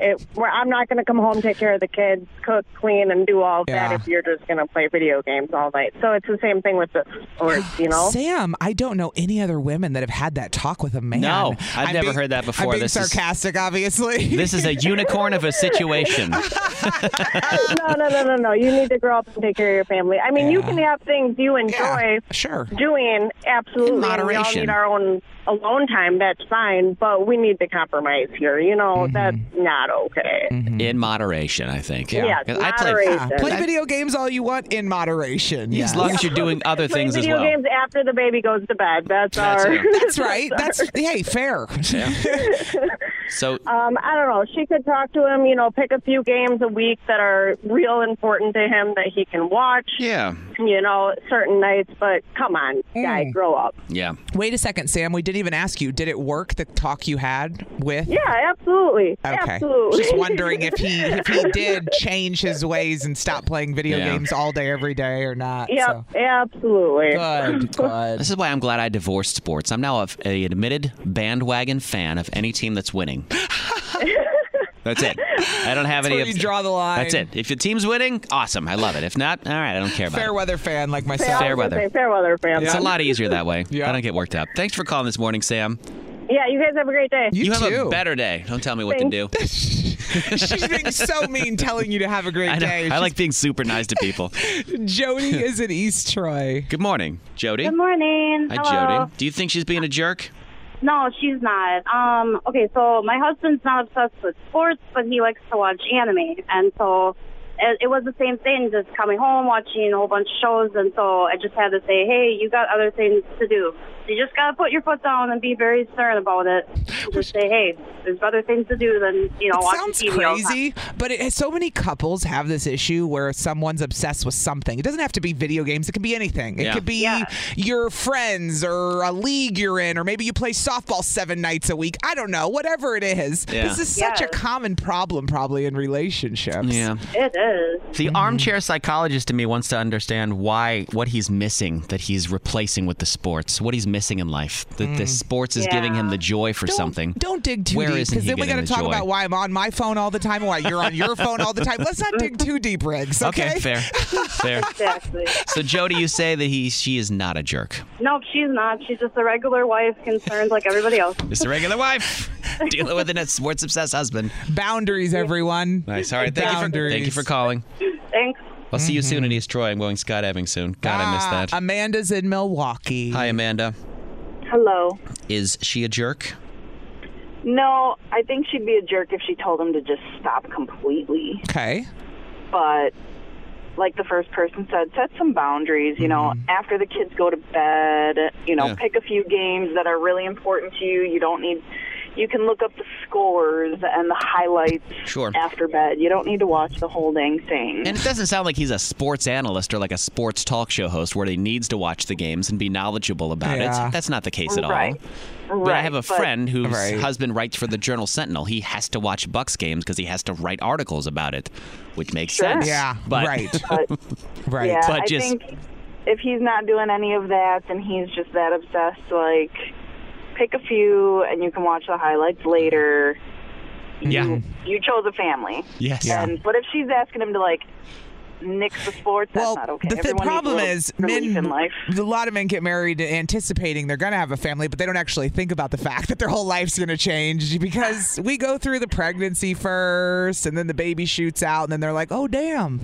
Speaker 9: it, we're, I'm not going to come home, take care of the kids, cook, clean, and do all of
Speaker 2: Yeah.
Speaker 9: that if you're just going to play video games all night." So it's the same thing with this, or you know.
Speaker 2: Sam, I don't know any other women that have had that talk with a man.
Speaker 3: No, I've
Speaker 2: I'm
Speaker 3: never
Speaker 2: being-
Speaker 3: heard that before.
Speaker 2: I'm being
Speaker 3: This is-
Speaker 2: sarcastic, obviously.
Speaker 3: This is a unicorn of a situation.
Speaker 9: no, no, no, no, no. You need to grow up and take care of your family. I mean, you can have things you enjoy
Speaker 2: sure.
Speaker 9: doing, absolutely.
Speaker 3: In
Speaker 9: and
Speaker 3: moderation.
Speaker 9: We all need our own alone time. That's fine, but we need to compromise here. You know,
Speaker 3: Mm-hmm.
Speaker 9: that's not okay.
Speaker 2: Mm-hmm.
Speaker 3: in moderation, I think.
Speaker 9: Yeah. Yes,
Speaker 3: I play,
Speaker 9: moderation.
Speaker 2: Play video games all you want in moderation.
Speaker 3: as long as you're doing other
Speaker 9: Play
Speaker 3: things as
Speaker 9: video
Speaker 3: well.
Speaker 9: games after the baby goes to bed. That's,
Speaker 3: That's
Speaker 9: our.
Speaker 3: it.
Speaker 2: That's right. That's hey, fair.
Speaker 3: So
Speaker 9: Um, I don't know. She could talk to him, you know, pick a few games a week that are real important to him that he can watch,
Speaker 3: yeah, Mm.
Speaker 9: you know, certain nights. But come on, guy, grow up.
Speaker 3: yeah.
Speaker 2: Wait a second, Sam. We didn't even ask you. Did it work? The talk you had with?
Speaker 9: Yeah, absolutely.
Speaker 2: Okay.
Speaker 9: Absolutely.
Speaker 2: Just wondering if he if he did change his ways and stop playing video
Speaker 3: Yeah.
Speaker 2: games all day every day or not.
Speaker 9: Yep,
Speaker 2: so.
Speaker 9: absolutely.
Speaker 2: Good, good.
Speaker 3: This is why I'm glad I divorced sports. I'm now a, a admitted bandwagon fan of any team that's winning. That's it. I don't have
Speaker 2: That's
Speaker 3: any.
Speaker 2: where you draw the line.
Speaker 3: That's it. If your team's winning, awesome. I love it. If not, all right. I don't care about
Speaker 2: Fair
Speaker 3: it.
Speaker 2: weather fan like
Speaker 9: Say, I was
Speaker 2: myself.
Speaker 3: Fair
Speaker 9: gonna
Speaker 3: weather.
Speaker 9: say Fair weather, fam.
Speaker 3: It's a lot easier that way. I don't get worked up. Thanks for calling this morning, Sam.
Speaker 9: Yeah, you guys have a great day.
Speaker 3: have a better day. Don't tell me what to do.
Speaker 2: She's being so mean telling you to have a great
Speaker 3: I, know.
Speaker 2: day.
Speaker 3: I like being super nice to people.
Speaker 2: Jody is in East Troy.
Speaker 3: Good morning, Jody.
Speaker 11: Good morning.
Speaker 3: Hi,
Speaker 11: Hello.
Speaker 3: Jody. Do you think she's being a jerk?
Speaker 11: No, she's not. Um, okay, so my husband's not obsessed with sports, but he likes to watch anime, and so it, it was the same thing. Just coming home, watching a whole bunch of shows, and so I just had to say, hey, you got other things to do. You just gotta put your foot down and be very stern about it. Just say, hey, there's other things to do than you know
Speaker 2: It
Speaker 11: watching
Speaker 2: sounds
Speaker 11: TV all the time."
Speaker 2: crazy, but it, so many couples have this issue where someone's obsessed with something. It doesn't have to be video games. It could be anything. It
Speaker 3: Yeah.
Speaker 2: could be your friends or a league you're in, or maybe you play softball seven nights a week. I don't know. Whatever it is,
Speaker 3: Yeah.
Speaker 2: this is such a common problem probably in relationships.
Speaker 3: Yeah.
Speaker 11: It is.
Speaker 2: Mm-hmm.
Speaker 3: The armchair psychologist in me wants to understand why what he's missing that he's replacing with the sports, what he's missing in life. That the sports is giving him the joy for something.
Speaker 2: Mm. Don't dig too
Speaker 3: Where
Speaker 2: deep
Speaker 3: isn't
Speaker 2: because
Speaker 3: he
Speaker 2: then we
Speaker 3: getting
Speaker 2: gotta
Speaker 3: the
Speaker 2: talk
Speaker 3: joy?
Speaker 2: about why I'm on my phone all the time and why you're on your phone all the time. Let's not dig too deep, Riggs. Okay,
Speaker 3: fair, fair.
Speaker 11: Exactly.
Speaker 3: So Jody, you say that he she is not a jerk.
Speaker 11: Nope, she's not. She's just a regular wife, concerned like everybody else.
Speaker 3: Just a regular wife dealing with a sports obsessed husband.
Speaker 2: Boundaries, everyone.
Speaker 3: Nice. All right. Thank you for thank you for calling.
Speaker 11: Thanks.
Speaker 3: I'll see you
Speaker 2: Mm-hmm.
Speaker 3: soon in East Troy. I'm going Scott Eving soon. God, I missed that.
Speaker 2: Ah, Amanda's in Milwaukee.
Speaker 3: Hi, Amanda.
Speaker 12: Hello.
Speaker 3: Is she a jerk?
Speaker 12: No, I think she'd be a jerk if she told him to just stop completely.
Speaker 2: Okay.
Speaker 12: But like the first person said, set some boundaries, you know,
Speaker 3: Mm-hmm.
Speaker 12: after the kids go to bed, you know,
Speaker 13: Yeah.
Speaker 12: pick a few games that are really important to you. You don't need you can look up the scores and the highlights
Speaker 3: Sure.
Speaker 12: after bed. You don't need to watch the whole dang thing.
Speaker 3: And it doesn't sound like he's a sports analyst or like a sports talk show host where he needs to watch the games and be knowledgeable about
Speaker 2: Yeah.
Speaker 3: it. That's not the case at all.
Speaker 2: Right.
Speaker 3: But I have a
Speaker 2: Right, but-
Speaker 3: friend whose
Speaker 2: Right.
Speaker 3: husband writes for the Journal Sentinel. He has to watch Bucks games because he has to write articles about it, which makes
Speaker 12: Sure.
Speaker 3: sense.
Speaker 12: Yeah,
Speaker 3: but,
Speaker 2: right.
Speaker 3: right.
Speaker 12: Yeah,
Speaker 3: But
Speaker 12: I
Speaker 3: just
Speaker 12: think if he's not doing any of that, then he's just that obsessed. Like, pick a few, and you can watch the highlights later.
Speaker 3: yeah.
Speaker 12: You chose a family.
Speaker 3: Yes.
Speaker 12: And but if she's asking him to like nix the sports, that's not okay.
Speaker 2: The, the
Speaker 12: Everyone needs a
Speaker 2: problem
Speaker 12: little
Speaker 2: is,
Speaker 12: relief
Speaker 2: men,
Speaker 12: in life.
Speaker 2: a lot of men get married anticipating they're going to have a family, but they don't actually think about the fact that their whole life's going to change because we go through the pregnancy first and then the baby shoots out, and then they're like, oh, damn.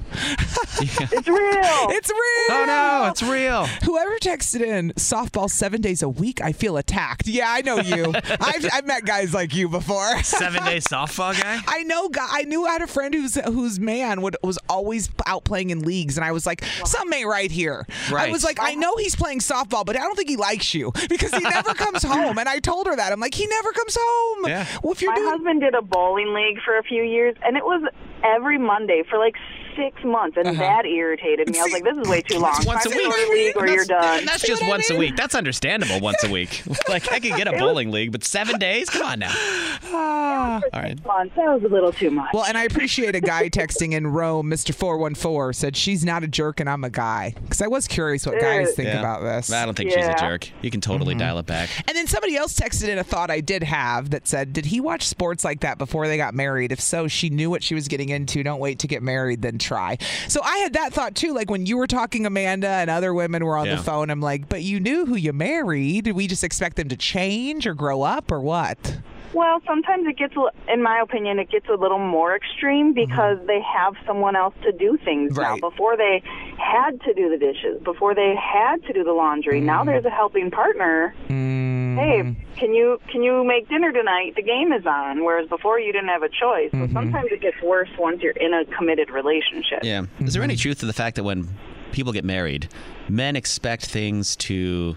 Speaker 12: it's real.
Speaker 2: It's real.
Speaker 3: Oh, no, it's real.
Speaker 2: Whoever texted in softball seven days a week, I feel attacked. Yeah, I know you. I've, I've met guys like you before.
Speaker 3: Seven day softball guy?
Speaker 2: I know. guy- I knew I had a friend whose whose man would was always out playing in leagues, and I was like, "Some may right here." I
Speaker 3: Right.
Speaker 2: was like, "I know he's playing softball, but I don't think he likes you because he never comes home." And I told her that I'm like, "He never comes home." Yeah. Well, if you're
Speaker 12: My husband did a bowling league for a few years, and it was every Monday for like six months,
Speaker 2: Uh-huh.
Speaker 12: and that irritated me. I was like, this is way too long.
Speaker 3: That's once a
Speaker 12: Five
Speaker 3: week.
Speaker 12: dollar league, or you're done.
Speaker 3: And that's just once a week. That's understandable once a week. Like, I could get a bowling league, but seven days? Come on now.
Speaker 2: Ah.
Speaker 3: All right.
Speaker 12: months, that was a little too much.
Speaker 2: Well, and I appreciate a guy texting in Rome, Mr. 414 said, She's not a jerk and I'm a guy. Because I was curious what guys think
Speaker 3: Yeah.
Speaker 2: about this. Mm-hmm.
Speaker 3: I don't think she's a jerk. You can totally dial it back.
Speaker 2: And then somebody else texted in a thought I did have that said, Did he watch sports like that before they got married? If so, she knew what she was getting into. Don't wait to get married, then try. So I had that thought too. Like when you were talking, Amanda and other women were on
Speaker 3: Yeah.
Speaker 2: the phone, I'm like, But you knew who you married. Did we just expect them to change or grow up or what?
Speaker 12: Well, sometimes it gets, a li- in my opinion, it gets a little more extreme because they have someone else to do things
Speaker 2: Right.
Speaker 12: now. Before they had to do the dishes, before they had to do the laundry. Now there's a helping partner. Hey, can you can you make dinner tonight? The game is on. Whereas before you didn't have a choice. So sometimes it gets worse once you're in a committed relationship.
Speaker 3: Yeah. Is there
Speaker 2: Mm-hmm.
Speaker 3: any truth to the fact that when people get married, men expect things to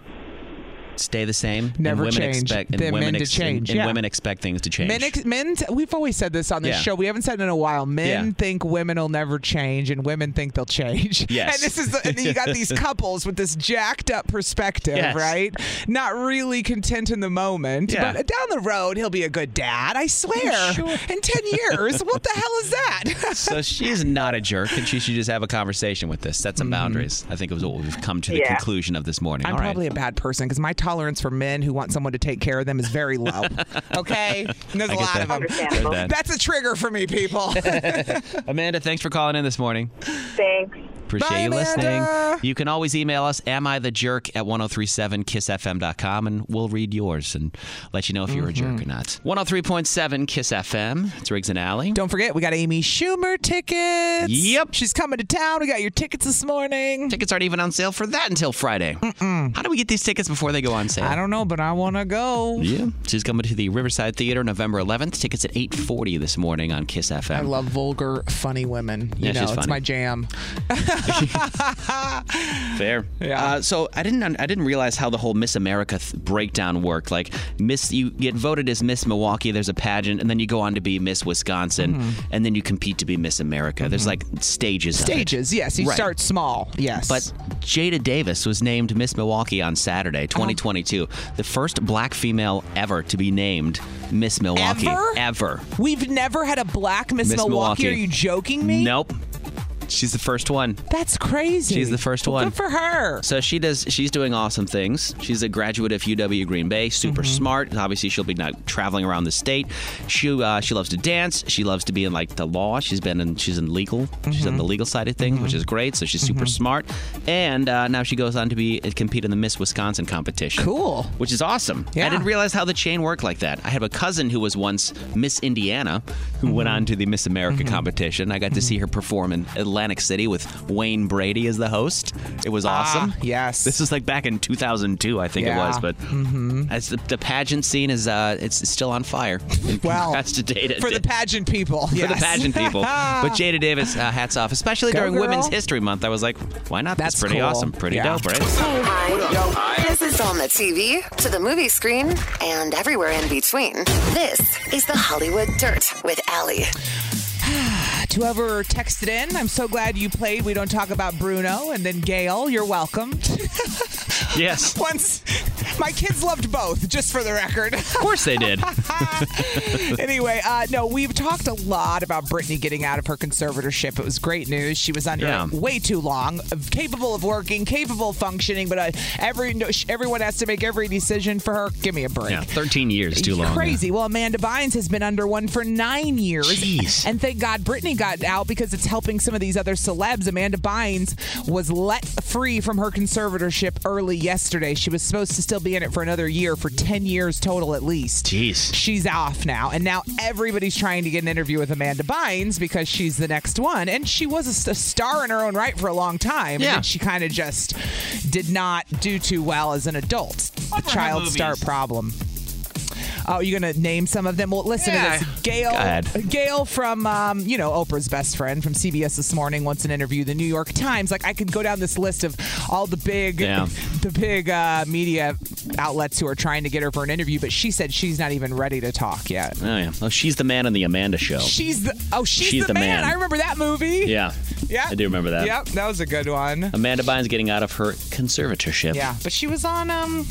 Speaker 3: stay the same.
Speaker 2: Never
Speaker 3: and women
Speaker 2: change.
Speaker 3: Expect, and
Speaker 2: Then
Speaker 3: women
Speaker 2: men to
Speaker 3: ex-
Speaker 2: change,
Speaker 3: And,
Speaker 2: yeah.
Speaker 3: women expect things to change.
Speaker 2: Men, ex- men, t- we've always said this on this
Speaker 3: Yeah.
Speaker 2: show. We haven't said it in a while. Men
Speaker 3: Yeah.
Speaker 2: think women will never change, and women think they'll change.
Speaker 3: Yes.
Speaker 2: And this is, the, and then you got these couples with this jacked up perspective,
Speaker 3: Yes.
Speaker 2: right? Not really content in the moment,
Speaker 3: Yeah.
Speaker 2: but down the road he'll be a good dad. I swear. In ten years, what the hell is that?
Speaker 3: so she's not a jerk, and she should just have a conversation with this. Set some boundaries. I think it was what we've come to the
Speaker 2: Yeah.
Speaker 3: conclusion of this morning.
Speaker 2: Mm-hmm. I'm
Speaker 3: All right.
Speaker 2: probably a bad person because my tolerance for men who want someone to take care of them is very low. okay, And there's
Speaker 3: I
Speaker 2: a
Speaker 3: get
Speaker 2: lot
Speaker 3: that.
Speaker 2: of
Speaker 3: Understandable.
Speaker 2: them. That's a trigger for me, people.
Speaker 3: Amanda, thanks for calling in this morning.
Speaker 11: Thanks.
Speaker 3: Appreciate
Speaker 2: Bye,
Speaker 3: you
Speaker 2: Amanda.
Speaker 3: listening. You can always email us, am I the jerk at 1037kissfm.com, and we'll read yours and let you know if you're a
Speaker 2: Mm-hmm.
Speaker 3: jerk or not. 103.7 Kiss FM. It's Riggs and Alley.
Speaker 2: Don't forget, we got Amy Schumer tickets.
Speaker 3: Yep.
Speaker 2: She's coming to town. We got your tickets this morning.
Speaker 3: Tickets aren't even on sale for that until Friday. How do we get these tickets before they go on sale?
Speaker 2: I don't know, but I want to go.
Speaker 3: Yeah. She's coming to the Riverside Theater November 11th. Tickets at 8.40 this morning on Kiss FM.
Speaker 2: I love vulgar, funny women. You
Speaker 3: Yeah,
Speaker 2: know,
Speaker 3: she's
Speaker 2: it's
Speaker 3: funny.
Speaker 2: my jam.
Speaker 3: Fair. Yeah. Uh, so I didn't I didn't realize how the whole Miss America th- breakdown worked. Like Miss, you get voted as Miss Milwaukee. There's a pageant, and then you go on to be Miss Wisconsin,
Speaker 2: Mhm.
Speaker 3: and then you compete to be Miss America. There's like stages. of it.
Speaker 2: Mm-hmm. Stages, yes. You
Speaker 3: Right.
Speaker 2: start small. Yes.
Speaker 3: But Jada Davis was named Miss Milwaukee on
Speaker 2: Oh.
Speaker 3: Saturday, 2022, the first black female ever to be named Miss Milwaukee.
Speaker 2: Ever?
Speaker 3: Ever.
Speaker 2: We've never had a black Miss,
Speaker 3: Miss
Speaker 2: Milwaukee.
Speaker 3: Milwaukee.
Speaker 2: Are you joking me?
Speaker 3: Nope. She's the first one.
Speaker 2: That's crazy.
Speaker 3: She's the first one.
Speaker 2: Good for her.
Speaker 3: So she does. She's doing awesome things. She's a graduate of UW Green Bay. Super
Speaker 2: Mm-hmm.
Speaker 3: smart. Obviously, she'll be not traveling around the state. She uh, she loves to dance. She loves to be in like the law. She's been in. She's in legal. She's on the
Speaker 2: Mm-hmm.
Speaker 3: legal side of things, which is great. So she's super smart. And uh, now she goes on to be compete in the Miss Wisconsin competition.
Speaker 2: Cool.
Speaker 3: Which is awesome. I didn't realize how the chain worked like that. I have a cousin who was once Miss Indiana, who
Speaker 2: Mm-hmm.
Speaker 3: went on to the Miss America competition. I got to see her perform in Atlantic City with Wayne Brady as the host. It was awesome.
Speaker 2: Ah, yes.
Speaker 3: This was like back in 2002, I think it was.
Speaker 2: Yeah.
Speaker 3: But
Speaker 2: Mhm.
Speaker 3: as the, the pageant scene is, uh, it's still on fire.
Speaker 2: Well,
Speaker 3: that's to data.
Speaker 2: For the pageant people. Ah,
Speaker 3: For the pageant people, but Jada Davis, uh, hats off, especially
Speaker 2: Go,
Speaker 3: during Women's
Speaker 2: girl.
Speaker 3: History Month. I was like, why not? That's,
Speaker 1: That's
Speaker 3: pretty
Speaker 1: cool.
Speaker 3: awesome, pretty
Speaker 1: Yeah.
Speaker 3: dope, right?
Speaker 1: This is on the TV, to the movie screen, and everywhere in between. This is the Hollywood Dirt with Allie.
Speaker 2: To whoever texted in, I'm so glad you played. We don't talk about Bruno and then Gail. You're welcome.
Speaker 3: Yes.
Speaker 2: Once my kids loved both, just for the record. Of
Speaker 3: course they did.
Speaker 2: anyway, uh, no, we've talked a lot about Britney getting out of her conservatorship. It was great news. She was under
Speaker 3: Yeah.
Speaker 2: it way too long, capable of working, capable of functioning, but uh, every no, sh- everyone has to make every decision for her. Give me a break.
Speaker 3: Yeah, 13 years too long.
Speaker 2: Crazy. Well, Amanda Bynes has been under one for nine years. And thank God Britney got out because it's helping some of these other celebs. Amanda Bynes was let free from her conservatorship early yesterday. She was supposed to still be in it for another year, for 10 years total at least.
Speaker 3: Jeez.
Speaker 2: She's off now. And now everybody's trying to get an interview with Amanda Bynes because she's the next one. And she was a, s- a star in her own right for a long time.
Speaker 3: Yeah.
Speaker 2: And then she kind of just did not do too well as an adult. The
Speaker 3: her
Speaker 2: child star
Speaker 3: movies.
Speaker 2: problem. Oh, you're gonna name some of them? Well, listen
Speaker 3: Yeah.
Speaker 2: to this. Gail,
Speaker 3: Go ahead.
Speaker 2: Gail from um, you know Oprah's best friend from CBS this morning wants an interview. The New York Times. Like I could go down this list of all the big,
Speaker 3: Yeah.
Speaker 2: the big uh, media outlets who are trying to get her for an interview, but she said she's not even ready to talk yet.
Speaker 3: Oh yeah. Oh, she's the man on the Amanda Show.
Speaker 2: She's the oh, she's,
Speaker 3: She's the man.
Speaker 2: I remember that movie.
Speaker 3: yeah.
Speaker 2: yeah,
Speaker 3: I do remember that.
Speaker 2: Yep, that was a good one.
Speaker 3: Amanda Bynes getting out of her conservatorship.
Speaker 2: Yeah, but she was on um,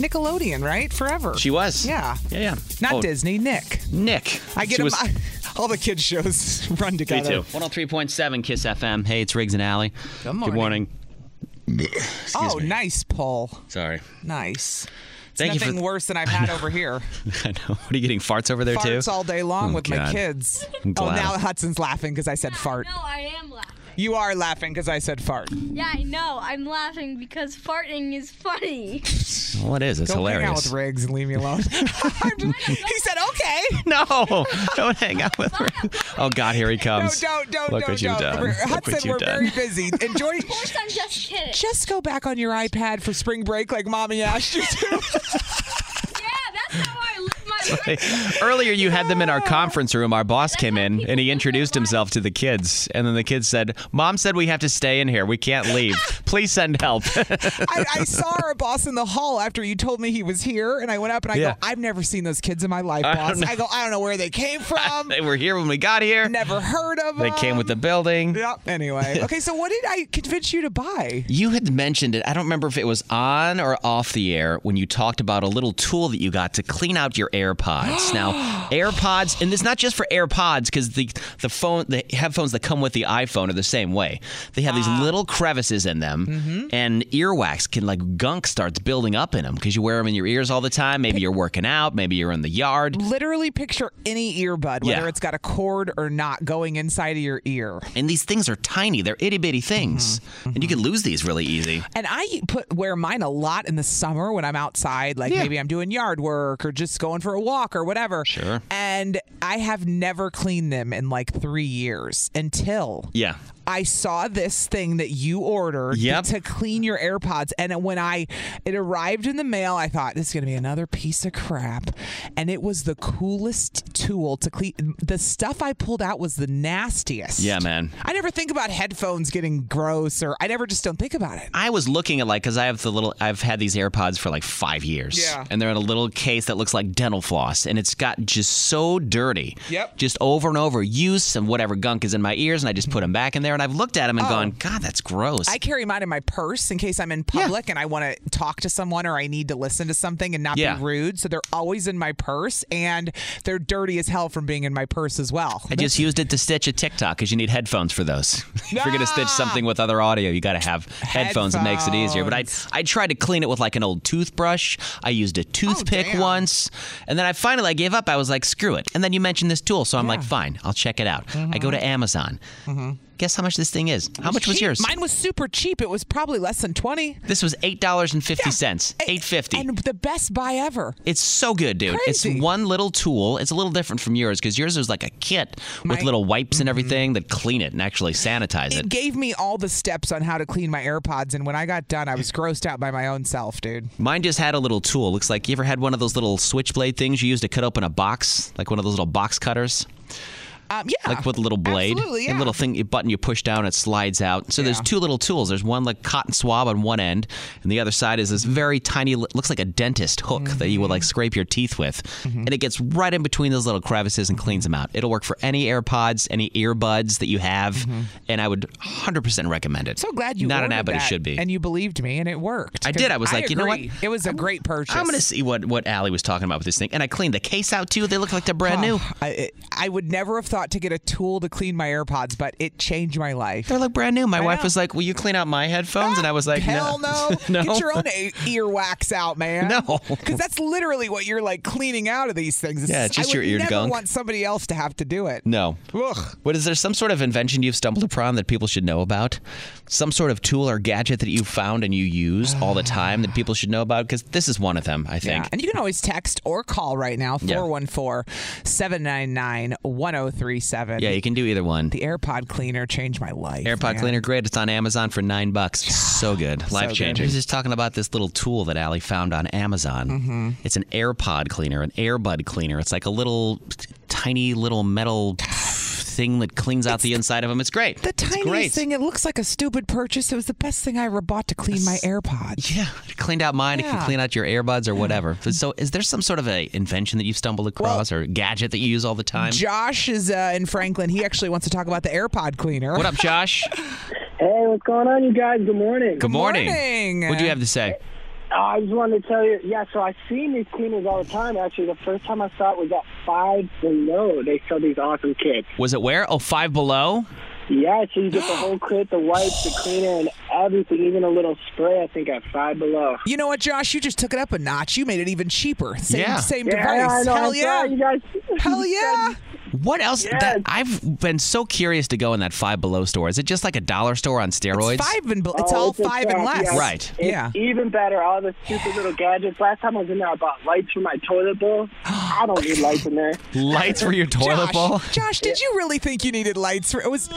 Speaker 2: Nickelodeon, right? Forever.
Speaker 3: She was.
Speaker 2: Yeah.
Speaker 3: Yeah, yeah.
Speaker 2: Not
Speaker 3: Oh.
Speaker 2: Disney, Nick.
Speaker 3: Nick.
Speaker 2: I get
Speaker 3: She
Speaker 2: him.
Speaker 3: was-
Speaker 2: I- all the kids' shows run
Speaker 3: Me
Speaker 2: together.
Speaker 3: too. 103.7 Kiss FM. Hey, it's Riggs and Alley. Good
Speaker 2: morning.
Speaker 3: Excuse
Speaker 2: oh,
Speaker 3: me.
Speaker 2: nice pull.
Speaker 3: Sorry.
Speaker 2: Nice. It's
Speaker 3: Thank you for
Speaker 2: nothing
Speaker 3: th-
Speaker 2: worse than I've had over here.
Speaker 3: I know. What are you getting farts over there too?
Speaker 2: Farts all day long
Speaker 3: Oh,
Speaker 2: with my
Speaker 3: God.
Speaker 2: kids.
Speaker 3: I'm
Speaker 2: Oh,
Speaker 3: glad.
Speaker 2: now Hudson's laughing because I said fart.
Speaker 5: No, I am laughing.
Speaker 2: You are laughing because I said fart.
Speaker 5: Yeah, I know. I'm laughing because farting is funny.
Speaker 3: Well, it is. It's
Speaker 2: Don't
Speaker 3: hilarious.
Speaker 2: hang out with Riggs and leave me alone. he said, "Okay."
Speaker 3: No, don't hang out with Riggs. Oh God, here he comes.
Speaker 2: don't, don't,
Speaker 3: Look
Speaker 2: don't,
Speaker 3: what you've
Speaker 2: don't.
Speaker 3: done.
Speaker 2: We're-
Speaker 3: Look
Speaker 2: Hudson,
Speaker 3: what you've
Speaker 2: we're very
Speaker 3: done.
Speaker 2: busy. Enjoy. of
Speaker 5: course, I'm just kidding.
Speaker 2: Just go back on your iPad for spring break, like Mommy asked you to.
Speaker 5: yeah, that's how I live my life.
Speaker 3: Earlier, you had them in our conference room. Our boss came in and he introduced himself to the kids. And then the kids said, Mom said we have to stay in here. We can't leave. Please send help.
Speaker 2: I, I saw our boss in the hall after you told me he was here, and I went up and I
Speaker 3: Yeah.
Speaker 2: go, I've never seen those kids in my life,
Speaker 3: I don't
Speaker 2: boss.
Speaker 3: know.
Speaker 2: I, go, I don't know where they came from.
Speaker 3: They were here when we got here.
Speaker 2: Never heard of
Speaker 3: They
Speaker 2: them.
Speaker 3: came with the building.
Speaker 2: Yep. Anyway, okay. So what did I convince you to buy?
Speaker 3: You had mentioned it. I don't remember if it was on or off the air when you talked about a little tool that you got to clean out your AirPods. now, AirPods, and it's not just for AirPods because the the phone, the headphones that come with the iPhone are the same way. They have these little crevices in them, and earwax can like gunk starts building up in them because you wear them in your ears all the time. Maybe you're working out, maybe you're in the yard.
Speaker 2: Literally picture any earbud, whether
Speaker 3: Yeah.
Speaker 2: it's got a cord or not, going inside of your ear.
Speaker 3: And these things are tiny; they're itty bitty things, and you can lose these really easy.
Speaker 2: And I put wear mine a lot in the summer when I'm outside, like
Speaker 3: Yeah.
Speaker 2: maybe I'm doing yard work or just going for a walk or whatever. Sure. And I have never cleaned them in like three years until
Speaker 3: Yeah.
Speaker 2: I saw this thing that you ordered
Speaker 3: Yep.
Speaker 2: to clean your AirPods, and when I it arrived in the mail, I thought this is gonna be another piece of crap, and it was the coolest tool to clean. The stuff I pulled out was the nastiest.
Speaker 3: Yeah, man.
Speaker 2: I never think about headphones getting gross, or I never just don't think about it.
Speaker 3: I was looking at like because I have the little I've had these AirPods for like five years.
Speaker 2: Yeah.
Speaker 3: And they're in a little case that looks like dental floss, and it's got just so dirty. Yep. Just over and over use and whatever gunk is in my ears, and I just put them back in there, and I've looked at them and gone, God, that's gross.
Speaker 2: I carry mine in my purse in case I'm in public and I want to talk to someone or I need to listen to something and not
Speaker 3: Yeah.
Speaker 2: be rude. So they're always in my purse and they're dirty as hell from being in my purse as well.
Speaker 3: I just used it to stitch a TikTok because you need headphones for those. if you're gonna stitch something with other audio, you gotta have headphones. It makes it easier. But I I tried to clean it with like an old toothbrush. I used a toothpick once, and then I finally I gave up. I was like, screw it. And then you mentioned this tool, so I'm like, fine, I'll check it out. I go to Amazon. Guess how much this thing is? How much was
Speaker 2: Cheap.
Speaker 3: yours?
Speaker 2: Mine was super cheap. It was probably less than 20.
Speaker 3: This was eight dollars and fifty cents. Eight fifty.
Speaker 2: And the best buy ever.
Speaker 3: It's so good, dude. It's one little tool. It's a little different from yours because yours was like a kit with
Speaker 2: My-
Speaker 3: little wipes and everything that clean it and actually sanitize it.
Speaker 2: It gave me all the steps on how to clean my AirPods. And when I got done, I was grossed out by my own self, dude.
Speaker 3: Mine just had a little tool. Looks like you ever had one of those little switchblade things you use to cut open a box, like one of those little box cutters.
Speaker 2: Um, yeah.
Speaker 3: Like with a little blade,
Speaker 2: absolutely,
Speaker 3: a
Speaker 2: yeah.
Speaker 3: little thing, a button you push down, it slides out. So there's two little tools. There's one like cotton swab on one end, and the other side is this very tiny, li- looks like a dentist hook that you would like
Speaker 2: Mm-hmm.
Speaker 3: scrape your teeth with, and it gets right in between those little crevices and cleans them out. It'll work for any AirPods, any earbuds that you have, and I would 100% recommend it.
Speaker 2: Mm-hmm. So glad you
Speaker 3: not an
Speaker 2: ordered
Speaker 3: app, but it
Speaker 2: that,
Speaker 3: should be.
Speaker 2: And you believed me, and it worked.
Speaker 3: I did. I was like, you know what?
Speaker 2: agree. It was a great purchase.
Speaker 3: I'm gonna see what what Allie was talking about with this thing, and I cleaned the case out too. They look like they're brand new.
Speaker 2: I, it- I would never have thought to get a tool to clean my AirPods, but it changed my life.
Speaker 3: They're like brand new. My wife was like, "Will you clean out my headphones?" and I was like,
Speaker 2: Hell no.
Speaker 3: no,
Speaker 2: Get your own a- earwax out, man.
Speaker 3: No.
Speaker 2: Because that's literally what you're like cleaning out of these things.
Speaker 3: Yeah, it's just
Speaker 2: I would
Speaker 3: your ear
Speaker 2: never
Speaker 3: gunk.
Speaker 2: want somebody else to have to do it.
Speaker 3: No. What is there some sort of invention you've stumbled upon that people should know about? Some sort of tool or gadget that you found and you use all the time that people should know about? Because this is one of them, I think.
Speaker 2: Yeah. And you can always text or call right now,
Speaker 3: Yeah.
Speaker 2: 414 799 1037.
Speaker 3: Yeah, you can do either one.
Speaker 2: The oh AirPod cleaner changed my life.
Speaker 3: AirPod
Speaker 2: man.
Speaker 3: cleaner, great. It's on Amazon for nine bucks. So good,
Speaker 2: So
Speaker 3: life changing.
Speaker 2: good.
Speaker 3: We were just talking about this little tool that Allie found on Amazon.
Speaker 2: Mhm.
Speaker 3: It's an AirPod cleaner, an AirBud cleaner. It's like a little tiny little metal thing that cleans out the inside of them. It's great. The
Speaker 2: Tiniest
Speaker 3: great.
Speaker 2: thing. It looks like a stupid purchase. It was the best thing I ever bought to clean my AirPods.
Speaker 3: Yeah. It cleaned out mine. It can
Speaker 2: Yeah.
Speaker 3: clean out your earbuds or whatever. So, is there some sort of a invention that you've stumbled across or gadget that you use all the time?
Speaker 2: Josh is uh, in Franklin. He actually wants to talk about the AirPod cleaner.
Speaker 3: What up, Josh?
Speaker 13: Hey, what's going on, you guys? Good morning.
Speaker 3: Good morning. What'd you have to say?
Speaker 13: I just wanted to tell you, yeah, so I've seen these cleaners all the time. Actually, the first time I saw it was at Five Below. They sell these awesome kits.
Speaker 3: Was it where? Oh, Five Below?
Speaker 13: Yeah, so you get the whole kit, the wipes, the cleaner, and everything, even a little spray, I think, at Five Below.
Speaker 2: You know what, Josh? You just took it up a notch. You made it even cheaper. Same,
Speaker 3: Yeah.
Speaker 2: same
Speaker 13: Yeah,
Speaker 2: device.
Speaker 13: I know.
Speaker 2: Hell
Speaker 13: I
Speaker 2: yeah.
Speaker 13: saw uh, you guys.
Speaker 2: Hell yeah.
Speaker 3: What else? That I've been so curious to go in that Five Below store. Is it just like a dollar store on steroids?
Speaker 2: five and
Speaker 13: Oh, a trap, yeah.
Speaker 3: Right.
Speaker 13: It's Even better, all the stupid little gadgets. Last time I was in there, I bought lights for my toilet bowl. I don't need lights in there.
Speaker 3: Lights for your toilet
Speaker 2: Josh,
Speaker 3: bowl?
Speaker 2: Josh, did you really think you needed lights for it? Was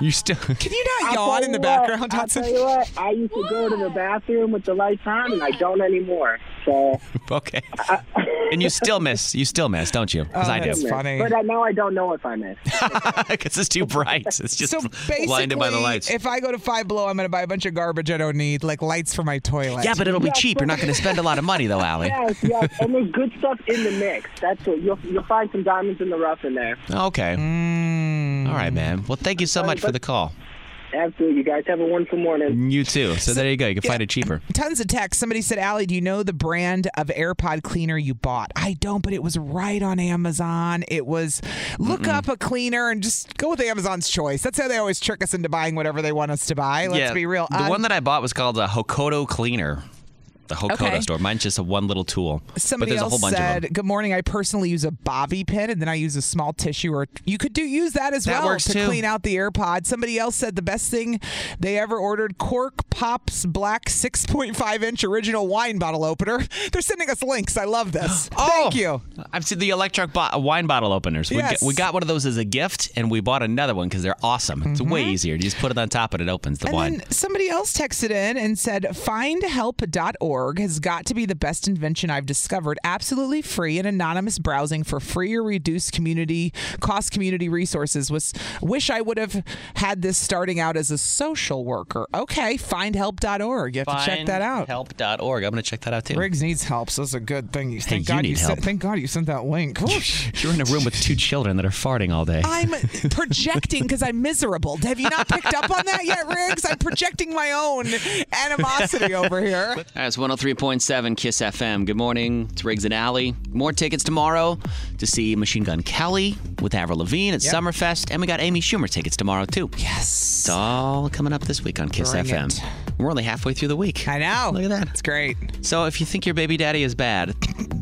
Speaker 3: You still
Speaker 2: Can you not
Speaker 13: I'll
Speaker 2: yawn
Speaker 13: tell
Speaker 2: in the
Speaker 13: you what,
Speaker 2: background,
Speaker 13: I'll
Speaker 2: Hudson?
Speaker 13: tell you what, I used to go to the bathroom with the lights on, and I don't anymore. So
Speaker 3: Okay. and you still miss. You still miss, don't you?
Speaker 13: Oh,
Speaker 3: Because I do.
Speaker 13: But uh, now I don't know if I missed.
Speaker 3: Because it's too bright. It's just
Speaker 2: So
Speaker 3: blinded by the lights.
Speaker 2: If I go to Five Below, I'm going to buy a bunch of garbage I don't need, like lights for my toilet.
Speaker 3: yeah, but it'll be cheap. You're not going to spend a lot of money, though, Allie.
Speaker 13: yes, yes, and there's good stuff in the mix. That's it. You'll you'll find some diamonds in the rough in there.
Speaker 3: Okay. All right, man. Well, thank you so much for the call.
Speaker 13: Absolutely, you guys have a wonderful morning.
Speaker 3: You too. So there you go. You can find it cheaper.
Speaker 2: Tons of text. Somebody said, Allie, do you know the brand of AirPod cleaner you bought? I don't, but it was right on Amazon. It was look up a cleaner and just go with Amazon's choice. That's how they always trick us into buying whatever they want us to buy. Let's
Speaker 3: yeah,
Speaker 2: be real.
Speaker 3: The
Speaker 2: Un-
Speaker 3: one that I bought was called a Hokoto cleaner. The Hokoto
Speaker 2: Okay.
Speaker 3: store. Mine's just a one little tool.
Speaker 2: Somebody
Speaker 3: but there's
Speaker 2: else
Speaker 3: a whole bunch
Speaker 2: said,
Speaker 3: of them.
Speaker 2: "Good morning. I personally use a bobby pin, and then I use a small tissue, or you could do use that as
Speaker 3: That
Speaker 2: well
Speaker 3: works
Speaker 2: to
Speaker 3: too.
Speaker 2: clean out the AirPod." Somebody else said the best thing they ever ordered: cork pops black 6.5 inch original wine bottle opener. They're sending us links. I love this.
Speaker 3: Oh,
Speaker 2: Thank you.
Speaker 3: I've seen the electric bo- wine bottle openers. We,
Speaker 2: Yes.
Speaker 3: got, we got one of those as a gift, and we bought another one because they're awesome. It's
Speaker 2: Mm-hmm.
Speaker 3: way easier. You just put it on top, and it opens the wine.
Speaker 2: Somebody else texted in and said, findhelp.org has got to be the best invention I've discovered. Absolutely free and anonymous browsing for free or reduced community cost community resources. Was wish I would have had this starting out as a social worker. Okay, findhelp.org. You have to check that out.
Speaker 3: Help.org. I'm going to check that out too.
Speaker 2: Riggs needs help, so that's a good thing. You, thank
Speaker 3: you
Speaker 2: God
Speaker 3: need
Speaker 2: you sent,
Speaker 3: help.
Speaker 2: thank God you sent that link. Whoosh.
Speaker 3: You're in a room with two children that are farting all day.
Speaker 2: I'm projecting because I'm miserable. Have you not picked up on that yet, Riggs? I'm projecting my own animosity over here.
Speaker 3: All right, it's 103.7 Kiss FM. Good morning. It's Riggs and Alley. More tickets tomorrow to see Machine Gun Kelly with Avril Lavigne at
Speaker 2: Yep.
Speaker 3: Summerfest. And we got Amy Schumer tickets tomorrow, too.
Speaker 2: Yes. It's
Speaker 3: all coming up this week on Kiss
Speaker 2: Bring
Speaker 3: FM.
Speaker 2: it.
Speaker 3: We're only halfway through the week.
Speaker 2: I know.
Speaker 3: Look at that.
Speaker 2: It's great.
Speaker 3: So if you think your baby daddy is bad,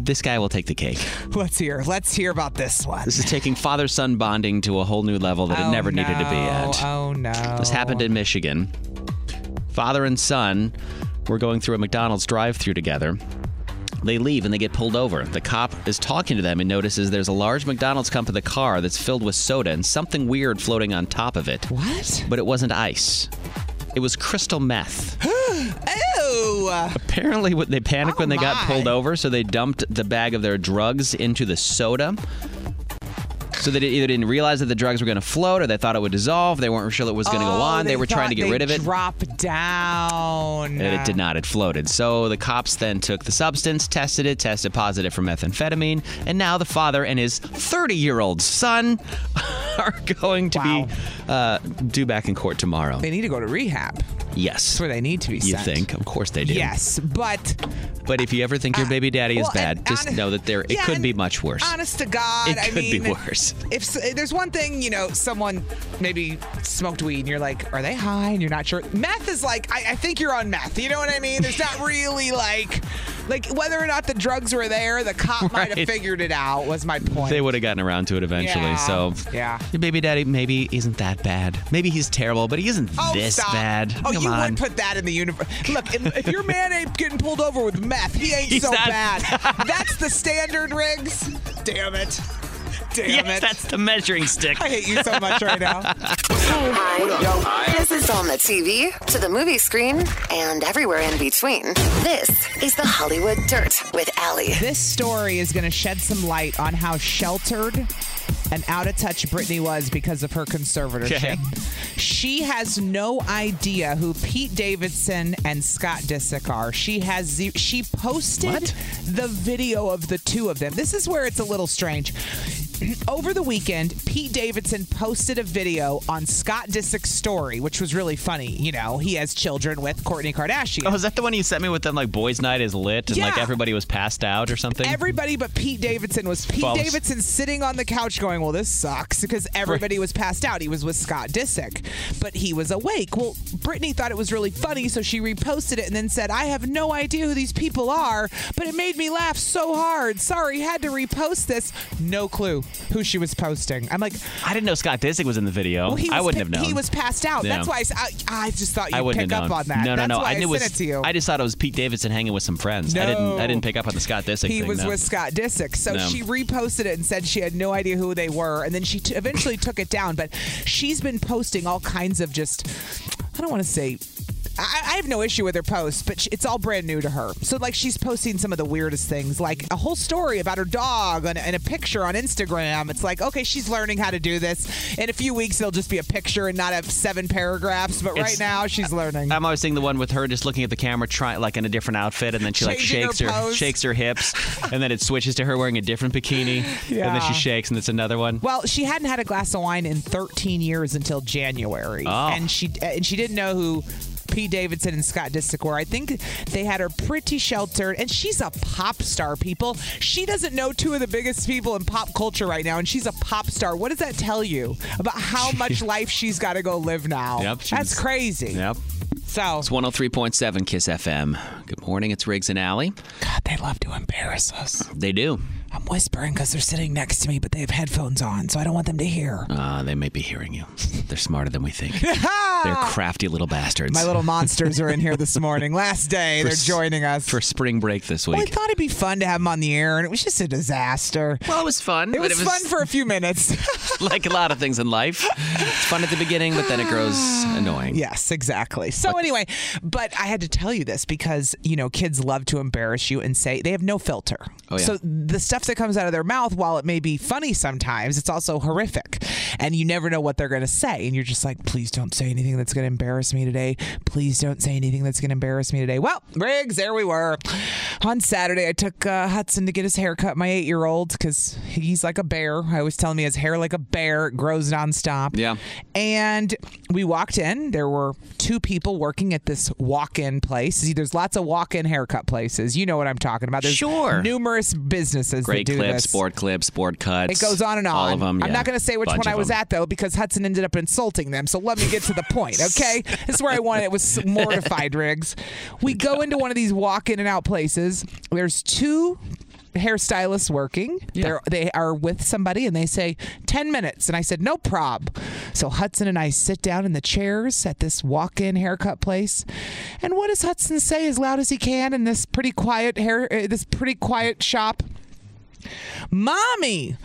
Speaker 3: this guy will take the cake.
Speaker 2: Let's hear. Let's hear about this one.
Speaker 3: This is taking father son bonding to a whole new level that
Speaker 2: Oh,
Speaker 3: it never needed to be
Speaker 2: no.
Speaker 3: at.
Speaker 2: Oh no.
Speaker 3: This happened in Michigan. Father and son were going through a McDonald's drive through together. They leave and they get pulled over. The cop is talking to them and notices there's a large McDonald's cup in the car that's filled with soda and something weird floating on top of it.
Speaker 2: What?
Speaker 3: But it wasn't ice. It was crystal meth.
Speaker 2: oh.
Speaker 3: Apparently, what- they panicked when they got pulled over, so they dumped the bag of their drugs into the soda. So they either didn't realize that the drugs were going to float, or they thought it would dissolve. They weren't sure it was going to go
Speaker 2: Oh,
Speaker 3: on. They, were trying
Speaker 2: thought
Speaker 3: to get
Speaker 2: they'd
Speaker 3: rid of it.
Speaker 2: Drop down.
Speaker 3: And it did not. It floated. So the cops then took the substance, tested it, tested positive for methamphetamine, and now the father and his 30-year-old son are going to be uh, due back in court tomorrow.
Speaker 2: They need to go to rehab.
Speaker 3: Yes, that's
Speaker 2: where they need to be.
Speaker 3: You
Speaker 2: sent.
Speaker 3: think? Of course they do.
Speaker 2: Yes, but
Speaker 3: But if you ever think your baby daddy is
Speaker 2: well, and
Speaker 3: bad, just know that there it
Speaker 2: yeah,
Speaker 3: could
Speaker 2: and
Speaker 3: be much worse.
Speaker 2: honest to God,
Speaker 3: It
Speaker 2: I
Speaker 3: could be
Speaker 2: mean,
Speaker 3: worse.
Speaker 2: If s- there's one thing, you know, someone maybe smoked weed and you're like, are they high? And you're not sure. Meth is like, I, I think you're on meth. You know what I mean? There's not really like, like whether or not the drugs were there, the cop might have
Speaker 3: Right.
Speaker 2: figured it out. Was my point.
Speaker 3: They would have gotten around to it eventually.
Speaker 2: Yeah,
Speaker 3: So
Speaker 2: yeah,
Speaker 3: your baby daddy maybe isn't that bad. Maybe he's terrible, but he isn't
Speaker 2: Oh,
Speaker 3: this
Speaker 2: stop.
Speaker 3: bad.
Speaker 2: Oh,
Speaker 3: Come
Speaker 2: you
Speaker 3: on.
Speaker 2: would put that in the universe. Look, if, if your man ain't getting pulled over with meth, he ain't
Speaker 3: He's
Speaker 2: so
Speaker 3: not-
Speaker 2: bad. That's the standard, Riggs. Damn it. Damn
Speaker 3: Yes,
Speaker 2: it.
Speaker 3: that's the measuring stick.
Speaker 2: I hate you so much right now.
Speaker 1: Hi. This is on the TV, to the movie screen, and everywhere in between. This is the Hollywood Dirt with Allie.
Speaker 2: This story is going to shed some light on how sheltered and out of touch Britney was because of her conservatorship.
Speaker 3: Okay.
Speaker 2: She has no idea who Pete Davidson and Scott Disick are. She has ze- she posted the video of the two of them. This is where it's a little strange. Over the weekend, Pete Davidson posted a video on Scott Disick's story, which was really funny. You know, he has children with Courtney Kardashian.
Speaker 3: Oh, is that the one you sent me with them like boys' night is lit and like
Speaker 2: Yeah.
Speaker 3: everybody was passed out or something?
Speaker 2: Everybody but Pete Davidson was Pete
Speaker 3: False.
Speaker 2: Davidson sitting on the couch going, "Well, this sucks," because everybody was passed out. He was with Scott Disick, but he was awake. Well, Brittany thought it was really funny, so she reposted it and then said, "I have no idea who these people are, but it made me laugh so hard. Sorry, had to repost this. No clue who she was posting." I'm like,
Speaker 3: I didn't know Scott Disick was in the video.
Speaker 2: well, he
Speaker 3: I
Speaker 2: was
Speaker 3: wouldn't
Speaker 2: pa-
Speaker 3: have known.
Speaker 2: He was passed out.
Speaker 3: Yeah.
Speaker 2: That's why I, s- I- I just thought
Speaker 3: I
Speaker 2: you'd
Speaker 3: wouldn't
Speaker 2: pick
Speaker 3: have
Speaker 2: up
Speaker 3: known.
Speaker 2: on that.
Speaker 3: No, no,
Speaker 2: That's
Speaker 3: no.
Speaker 2: why
Speaker 3: I
Speaker 2: I,
Speaker 3: knew
Speaker 2: sent
Speaker 3: it was.
Speaker 2: it to you.
Speaker 3: I just thought it was Pete Davidson hanging with some friends. I didn't.
Speaker 2: No.
Speaker 3: I didn't pick up on the Scott Disick
Speaker 2: he
Speaker 3: thing.
Speaker 2: was
Speaker 3: no.
Speaker 2: with Scott Disick. So
Speaker 3: No.
Speaker 2: she reposted it and said she had no idea who they were. And then she t- eventually took it down. But she's been posting all kinds of just, I don't want to say I, I have no issue with her posts, but sh it's all brand new to her. So, like, she's posting some of the weirdest things, like a whole story about her dog and, and a picture on Instagram. It's like, okay, she's learning how to do this. In a few weeks, it'll just be a picture and not have seven paragraphs. But right
Speaker 3: It's-
Speaker 2: now, she's learning.
Speaker 3: I'm always seeing the one with her just looking at the camera, trying like in a different outfit, and then she like
Speaker 2: Changing her
Speaker 3: shakes her,
Speaker 2: pose.
Speaker 3: shakes her hips, and then it switches to her wearing a different bikini, and then
Speaker 2: Yeah.
Speaker 3: she shakes, and it's another one.
Speaker 2: Well, she hadn't had a glass of wine in 13 years until January,
Speaker 3: Oh.
Speaker 2: and she and she didn't know who P. Davidson and Scott Disick were. I think they had her pretty sheltered, and she's a pop star. People, she doesn't know two of the biggest people in pop culture right now, and she's a pop star. What does that tell you about how much life she's got to go live now?
Speaker 3: Yep,
Speaker 2: that's
Speaker 3: she's-
Speaker 2: crazy.
Speaker 3: Yep.
Speaker 2: So
Speaker 3: it's 103.7 Kiss FM. Good morning. It's Riggs and Alley.
Speaker 2: God, they love to embarrass us.
Speaker 3: They do.
Speaker 2: I'm whispering because they're sitting next to me, but they have headphones on, so I don't want them to hear.
Speaker 3: Uh, they might be hearing you. They're smarter than we think. They're crafty little bastards.
Speaker 2: My little monsters are in here this morning. Last day,
Speaker 3: For
Speaker 2: they're
Speaker 3: s-
Speaker 2: joining us.
Speaker 3: for spring break this week.
Speaker 2: Well, I thought it'd be fun to have them on the air, and it was just a disaster.
Speaker 3: Well, Oh, it was fun.
Speaker 2: It was, fun for a few minutes.
Speaker 3: like a lot of things in life. It's fun at the beginning, but then it grows annoying.
Speaker 2: Yes, exactly. So anyway, but I had to tell you this because you know kids love to embarrass you and say they have no filter.
Speaker 3: Oh, yeah.
Speaker 2: So the stuff that comes out of their mouth, while it may be funny sometimes, it's also horrific, and you never know what they're going to say. And you're just like, please don't say anything that's going to embarrass me today. Please don't say anything that's going to embarrass me today. Well, Riggs, there we were. On Saturday, I took uh, Hudson to get his hair cut. My eight year old, because he's like a bear. I always tell him he has hair like a bear. It grows nonstop.
Speaker 3: Yeah.
Speaker 2: And we walked in. There were two people working at this walk-in place. See, there's lots of walk-in haircut places. You know what I'm talking about. There's
Speaker 3: Sure.
Speaker 2: numerous businesses
Speaker 3: Great
Speaker 2: that do
Speaker 3: clips,
Speaker 2: this.
Speaker 3: sport clips, sport cuts.
Speaker 2: It goes on and on.
Speaker 3: All of them.
Speaker 2: I'm not going to say which one I was at though, because Hudson ended up insulting them. So let me get to the point, okay? this is where I wanted. It was mortified, Riggs. We go into one of these walk in and out places. There's two hairstylists working. They're, they are with somebody, and they say ten minutes. And I said no prob. So Hudson and I sit down in the chairs at this walk-in haircut place. And what does Hudson say as loud as he can in this pretty quiet hair, uh, this pretty quiet shop? Mommy,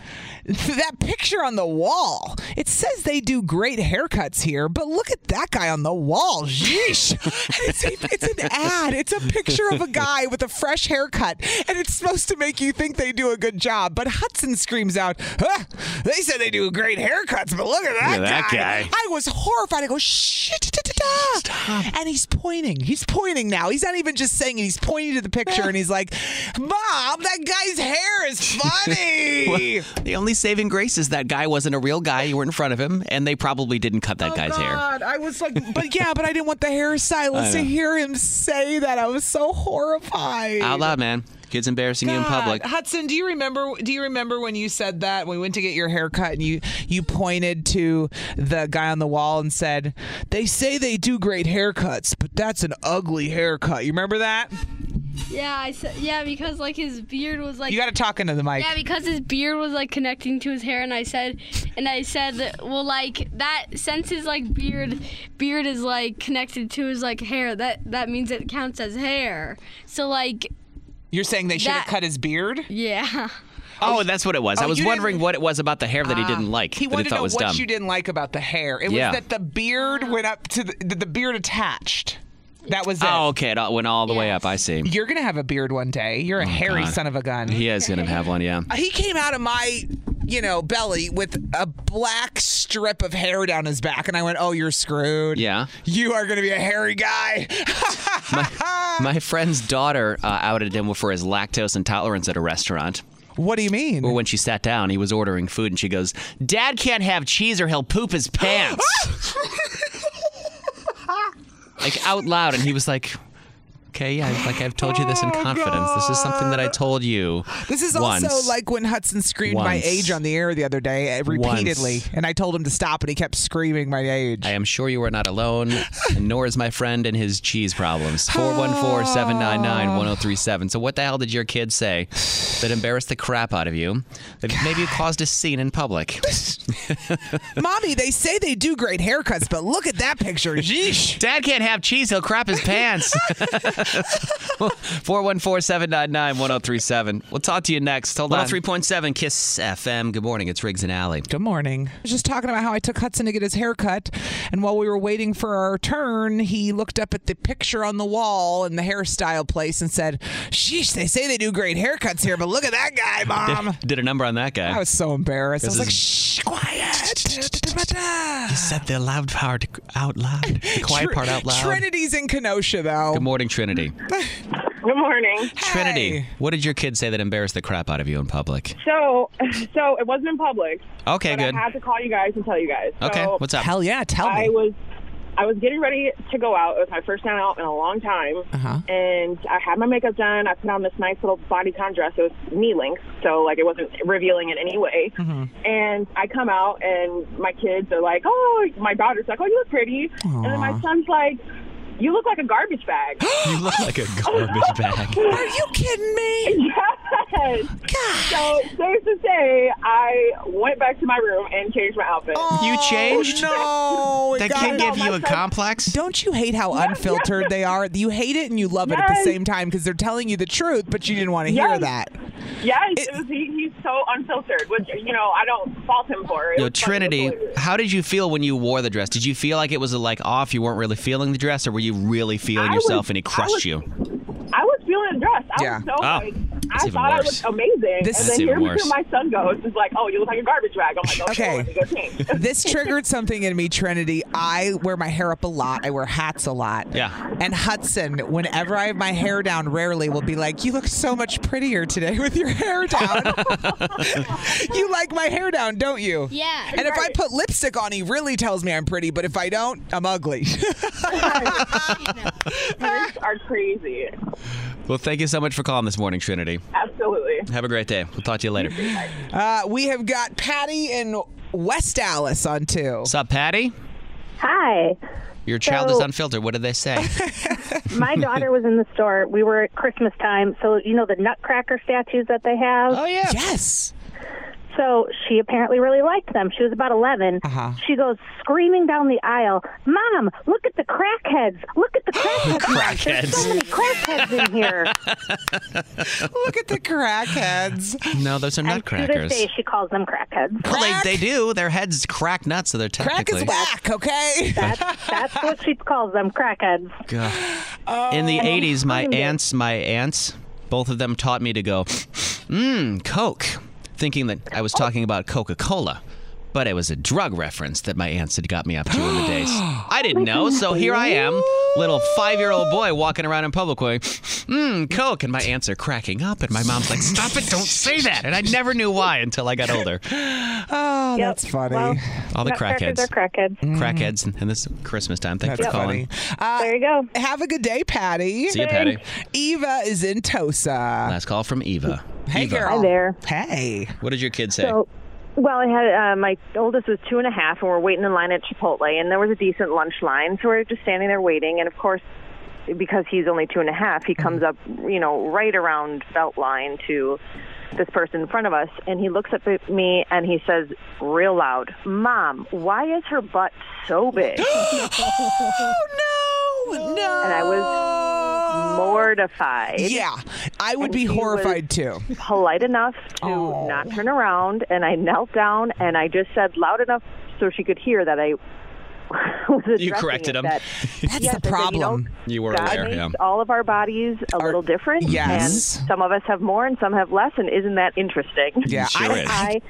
Speaker 2: that picture on the wall. It says they do great haircuts here, but look at that guy on the wall. Yeesh. And it's, it's an ad. It's a picture of a guy with a fresh haircut, and it's supposed to make you think they do a good job. But Hudson screams out, "Huh, They said they do great haircuts, but look at that,
Speaker 10: Look at that guy."
Speaker 2: I was horrified. I go, shit. da-da-da-da." And he's pointing. He's pointing now. He's not even just saying it. He's pointing to the picture and he's like, Mom, that guy's hair is funny.
Speaker 3: the only saving grace is that guy wasn't a real guy. You were in front of him, and they probably didn't cut
Speaker 2: Oh,
Speaker 3: that guy's hair.
Speaker 2: God, I was like, but yeah, but I didn't want the hairstylist
Speaker 3: I
Speaker 2: to
Speaker 3: know.
Speaker 2: hear him say that. I was so horrified.
Speaker 3: Out loud, man. Kids embarrassing you in
Speaker 2: God. Oh,
Speaker 3: public.
Speaker 2: Hudson, do you remember? Do you remember when you said that when we went to get your haircut and you you pointed to the guy on the wall and said, "They say they do great haircuts, but that's an ugly haircut." You remember that?
Speaker 5: Yeah, I said yeah because like his beard was like.
Speaker 2: you got to talk into the mic.
Speaker 5: Yeah, because his beard was like connecting to his hair, and I said, and I said, that- well, like that since his like beard, beard is like connected to his like hair. That that means it counts as hair. So like,
Speaker 2: You're saying they should have
Speaker 5: That-
Speaker 2: cut his beard?
Speaker 5: yeah.
Speaker 3: Oh, that's what it was.
Speaker 2: Oh,
Speaker 3: I was
Speaker 2: you didn't- Ah.
Speaker 3: wondering what it was about the hair that he didn't like.
Speaker 2: He
Speaker 3: that
Speaker 2: wanted
Speaker 3: he
Speaker 2: to
Speaker 3: thought
Speaker 2: know
Speaker 3: was
Speaker 2: what
Speaker 3: dumb.
Speaker 2: you didn't like about the hair. It
Speaker 3: Yeah.
Speaker 2: was that the beard went up to the, the, the beard attached. That was it.
Speaker 3: Oh, okay. It all- went all the way up. I see. Oh,
Speaker 2: You're gonna have a beard one day. You're a hairy
Speaker 3: God.
Speaker 2: son of a gun.
Speaker 3: He is gonna have one. Yeah.
Speaker 2: He came out of my, you know, belly with a black strip of hair down his back, and I went, "Oh, you're screwed.
Speaker 3: Yeah.
Speaker 2: You are gonna be a hairy guy."
Speaker 3: My friend's daughter uh, outed him for his lactose intolerance at a restaurant.
Speaker 2: What do you mean?
Speaker 3: Well, when she sat down, he was ordering food, and she goes, "Dad can't have cheese or he'll poop his pants." like out loud, and he was like, "Okay, yeah, like I've told you this in confidence. This is something that I told you."
Speaker 2: Oh, This is
Speaker 3: once.
Speaker 2: also like when Hudson screamed my
Speaker 3: Once.
Speaker 2: age on the air the other day, uh, repeatedly,
Speaker 3: Once.
Speaker 2: and I told him to stop, and he kept screaming my age.
Speaker 3: I am sure you are not alone, and nor is my friend and his cheese problems. 414 799 1037. So, what the hell did your kid say that embarrassed the crap out of you? That maybe caused a scene in public.
Speaker 2: Mommy, they say they do great haircuts, but look at that picture. Yeesh.
Speaker 3: Dad can't have cheese, he'll crap his pants. 414 799 1037. We'll talk to you next. Hold on. 103.7 Kiss FM. Good morning. It's Riggs and Alley.
Speaker 2: Good morning. I was just talking about how I took Hudson to get his hair cut, and while we were waiting for our turn, he looked up at the picture on the wall in the hairstyle place and said, "Sheesh, they say they do great haircuts here, but look at that guy, mom."
Speaker 3: Did, did a number on that guy.
Speaker 2: I was so embarrassed. I
Speaker 3: This
Speaker 2: was like,
Speaker 3: is-
Speaker 2: "Shh, quiet."
Speaker 3: You said the loud part out loud. The quiet
Speaker 2: Tr-
Speaker 3: part out loud.
Speaker 2: Trinity's in Kenosha, though.
Speaker 3: Good morning, Trinity.
Speaker 14: Good morning.
Speaker 3: Trinity, what did your kid say that embarrassed the crap out of you in public?
Speaker 14: So, so it wasn't in public.
Speaker 3: Okay,
Speaker 14: but
Speaker 3: good.
Speaker 14: I had to call you guys and tell you guys. So
Speaker 3: Okay, what's up? Hell yeah, tell
Speaker 14: I
Speaker 3: me.
Speaker 14: was, I was getting ready to go out. It was my first time out in a long time,
Speaker 2: Uh-huh.
Speaker 14: and I had my makeup done. I put on this nice little bodycon dress. It was knee length, so like it wasn't revealing in any way.
Speaker 3: Mm-hmm.
Speaker 14: And I come out, and my kids are like, "Oh, my daughter's like, oh, you look pretty," and then my
Speaker 3: Aw.
Speaker 14: son's like, "You look like a garbage bag."
Speaker 3: You look like a garbage bag.
Speaker 14: Are
Speaker 2: you kidding
Speaker 14: me? Yes. So safe to say, I went back to my room and changed my outfit.
Speaker 3: You changed?
Speaker 2: Oh, No,
Speaker 3: That kid gave you a complex.
Speaker 2: Don't you hate how unfiltered they are? You hate it and you love it at the
Speaker 14: Yes.
Speaker 2: same time because they're telling you the truth, but you didn't want to hear
Speaker 14: Yes.
Speaker 2: that.
Speaker 14: Yes, it, was, he, he's so unfiltered, which you know I don't fault him for. It
Speaker 3: Yo,
Speaker 14: was
Speaker 3: Trinity, how did you feel when you wore the dress? Did you feel like it was like off? You weren't really feeling the dress, or were you really feeling
Speaker 14: I
Speaker 3: yourself
Speaker 14: was-
Speaker 3: and he
Speaker 14: I
Speaker 3: crushed
Speaker 14: was-
Speaker 3: you?
Speaker 14: I was feeling dressed. I
Speaker 3: Yeah.
Speaker 14: was so
Speaker 3: Oh,
Speaker 14: like,
Speaker 3: that's
Speaker 14: I
Speaker 3: even
Speaker 14: thought
Speaker 3: worse.
Speaker 14: I looked amazing.
Speaker 2: This-
Speaker 14: and
Speaker 2: That's
Speaker 14: then
Speaker 2: even
Speaker 14: here's
Speaker 2: worse.
Speaker 14: where my son goes. He's like, "Oh, you look like a garbage bag." I'm like, "Okay,
Speaker 2: Okay.
Speaker 14: let me go change."
Speaker 2: this triggered something in me, Trinity. I wear my hair up a lot. I wear hats a lot.
Speaker 3: Yeah.
Speaker 2: And Hudson, whenever I have my hair down, rarely will be like, "You look so much prettier today with your hair down." you like my hair down, don't you?
Speaker 5: Yeah.
Speaker 2: And if I put lipstick on, he really tells me I'm pretty. But if I don't, I'm ugly.
Speaker 14: Parents are crazy.
Speaker 3: Well, thank you so much for calling this morning, Trinity.
Speaker 14: Absolutely.
Speaker 3: Have a great day. We'll talk to you later.
Speaker 2: Uh, we have got Patty in West Dallas on two.
Speaker 3: What's up, Patty?
Speaker 15: Hi.
Speaker 3: Your child is
Speaker 15: So-
Speaker 3: unfiltered. What did they say?
Speaker 15: My daughter was in the store. We were at Christmas time, so you know the nutcracker statues that they have? Oh
Speaker 2: yeah. Yes.
Speaker 15: So she apparently really liked them. She was about 11.
Speaker 2: Uh-huh.
Speaker 15: She goes screaming down the aisle, "Mom, look at the crackheads. Look at the crackheads. There's so many crackheads in here."
Speaker 2: Look at the crackheads.
Speaker 3: No, those are
Speaker 15: To this
Speaker 3: nutcrackers.
Speaker 15: day, she calls them crackheads.
Speaker 3: Well, they, they do. Their heads crack nuts, so they're technically.
Speaker 2: whack, okay?
Speaker 15: That's, that's what she calls them, crackheads.
Speaker 3: God. In the
Speaker 15: Oh.
Speaker 3: 80s, my
Speaker 15: Funny.
Speaker 3: aunts, my aunts, both of them taught me to go, mmm, Coke, thinking that I was talking about Coca Cola. But it was a drug reference that my aunts had got me up to in the days. I didn't know, so here I am, little five year old boy walking around in public going, mmm, Coke. And my aunts are cracking up, and my mom's like, stop it, don't say that. And I never knew why until I got older.
Speaker 2: Oh, that's funny. Mm-hmm.
Speaker 3: All the crackheads.
Speaker 15: crackheads.
Speaker 3: Crackheads, and- and this is Christmas time. Thanks
Speaker 2: That's
Speaker 3: for calling.
Speaker 2: there you
Speaker 15: go.
Speaker 2: Uh, Have a good day, Patty.
Speaker 3: See you, Patty.
Speaker 2: Eva is in Tosa.
Speaker 3: Last call from Eva.
Speaker 2: Ah. Hey,
Speaker 3: Eva.
Speaker 2: girl. Hi
Speaker 15: there.
Speaker 2: Hey.
Speaker 3: What did your kid say?
Speaker 15: So,
Speaker 9: well, I had uh, my oldest was two and a half, and we're waiting in line at Chipotle, and there was a decent lunch line, so we're just standing there waiting, and of course, because he's only two and a half, he comes up, you know, right around belt line to this person in front of us, and he looks up at me and he says, real loud, "Mom, why is her butt so big?"
Speaker 2: oh no, no!
Speaker 9: And I was mortified.
Speaker 2: Yeah, I would
Speaker 9: And
Speaker 2: be
Speaker 9: he was
Speaker 2: horrified too.
Speaker 9: polite enough to not turn around and I knelt down and I just said loud enough so she could hear that I was addressing
Speaker 3: You corrected
Speaker 9: it,
Speaker 3: him.
Speaker 9: That,
Speaker 2: That's
Speaker 9: Yes, I said,
Speaker 2: the
Speaker 9: you know,
Speaker 2: problem.
Speaker 3: You were
Speaker 9: God
Speaker 3: aware,
Speaker 9: makes
Speaker 3: yeah.
Speaker 9: all of our bodies a little different.
Speaker 3: Yes.
Speaker 9: And some of us have more and some have less, and isn't that interesting?
Speaker 2: Yeah, Sure I- is.
Speaker 9: I,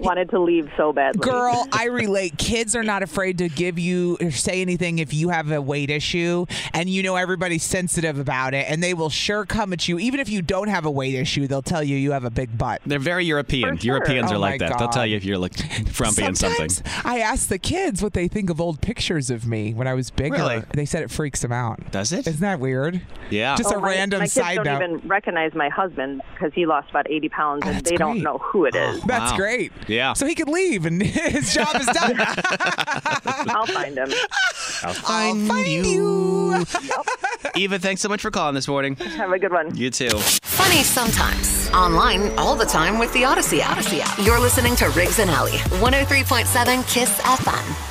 Speaker 9: wanted to leave so badly.
Speaker 2: Girl, I relate. Kids are not afraid to give you or say anything if you have a weight issue, and you know everybody's sensitive about it, and they will sure come at you. Even if you don't have a weight issue, they'll tell you you have a big butt.
Speaker 3: They're very European. Europeans
Speaker 2: Oh
Speaker 3: are like
Speaker 2: my
Speaker 3: that. They'll
Speaker 2: God.
Speaker 3: tell you if you're like frumpy and something.
Speaker 2: Sometimes I asked the kids what they think of old pictures of me when I was bigger.
Speaker 3: Really?
Speaker 2: They said it freaks them out.
Speaker 3: Does it?
Speaker 2: Isn't that weird?
Speaker 3: Yeah.
Speaker 2: Just
Speaker 9: Oh,
Speaker 2: a
Speaker 9: my-
Speaker 2: random
Speaker 9: my kids
Speaker 2: side
Speaker 9: don't
Speaker 2: note.
Speaker 9: even recognize my husband because he lost about 80 pounds and they don't know who it is.
Speaker 2: That's great.
Speaker 3: Yeah.
Speaker 2: So he could leave and his job is done.
Speaker 9: I'll find him.
Speaker 3: I'll find, you. Eva, thanks so much for calling this morning.
Speaker 9: Have a good one.
Speaker 3: You too.
Speaker 1: Funny sometimes. Online all the time with the Odyssey app. Odyssey app. You're listening to Riggs and Alley, 103.7 Kiss FM.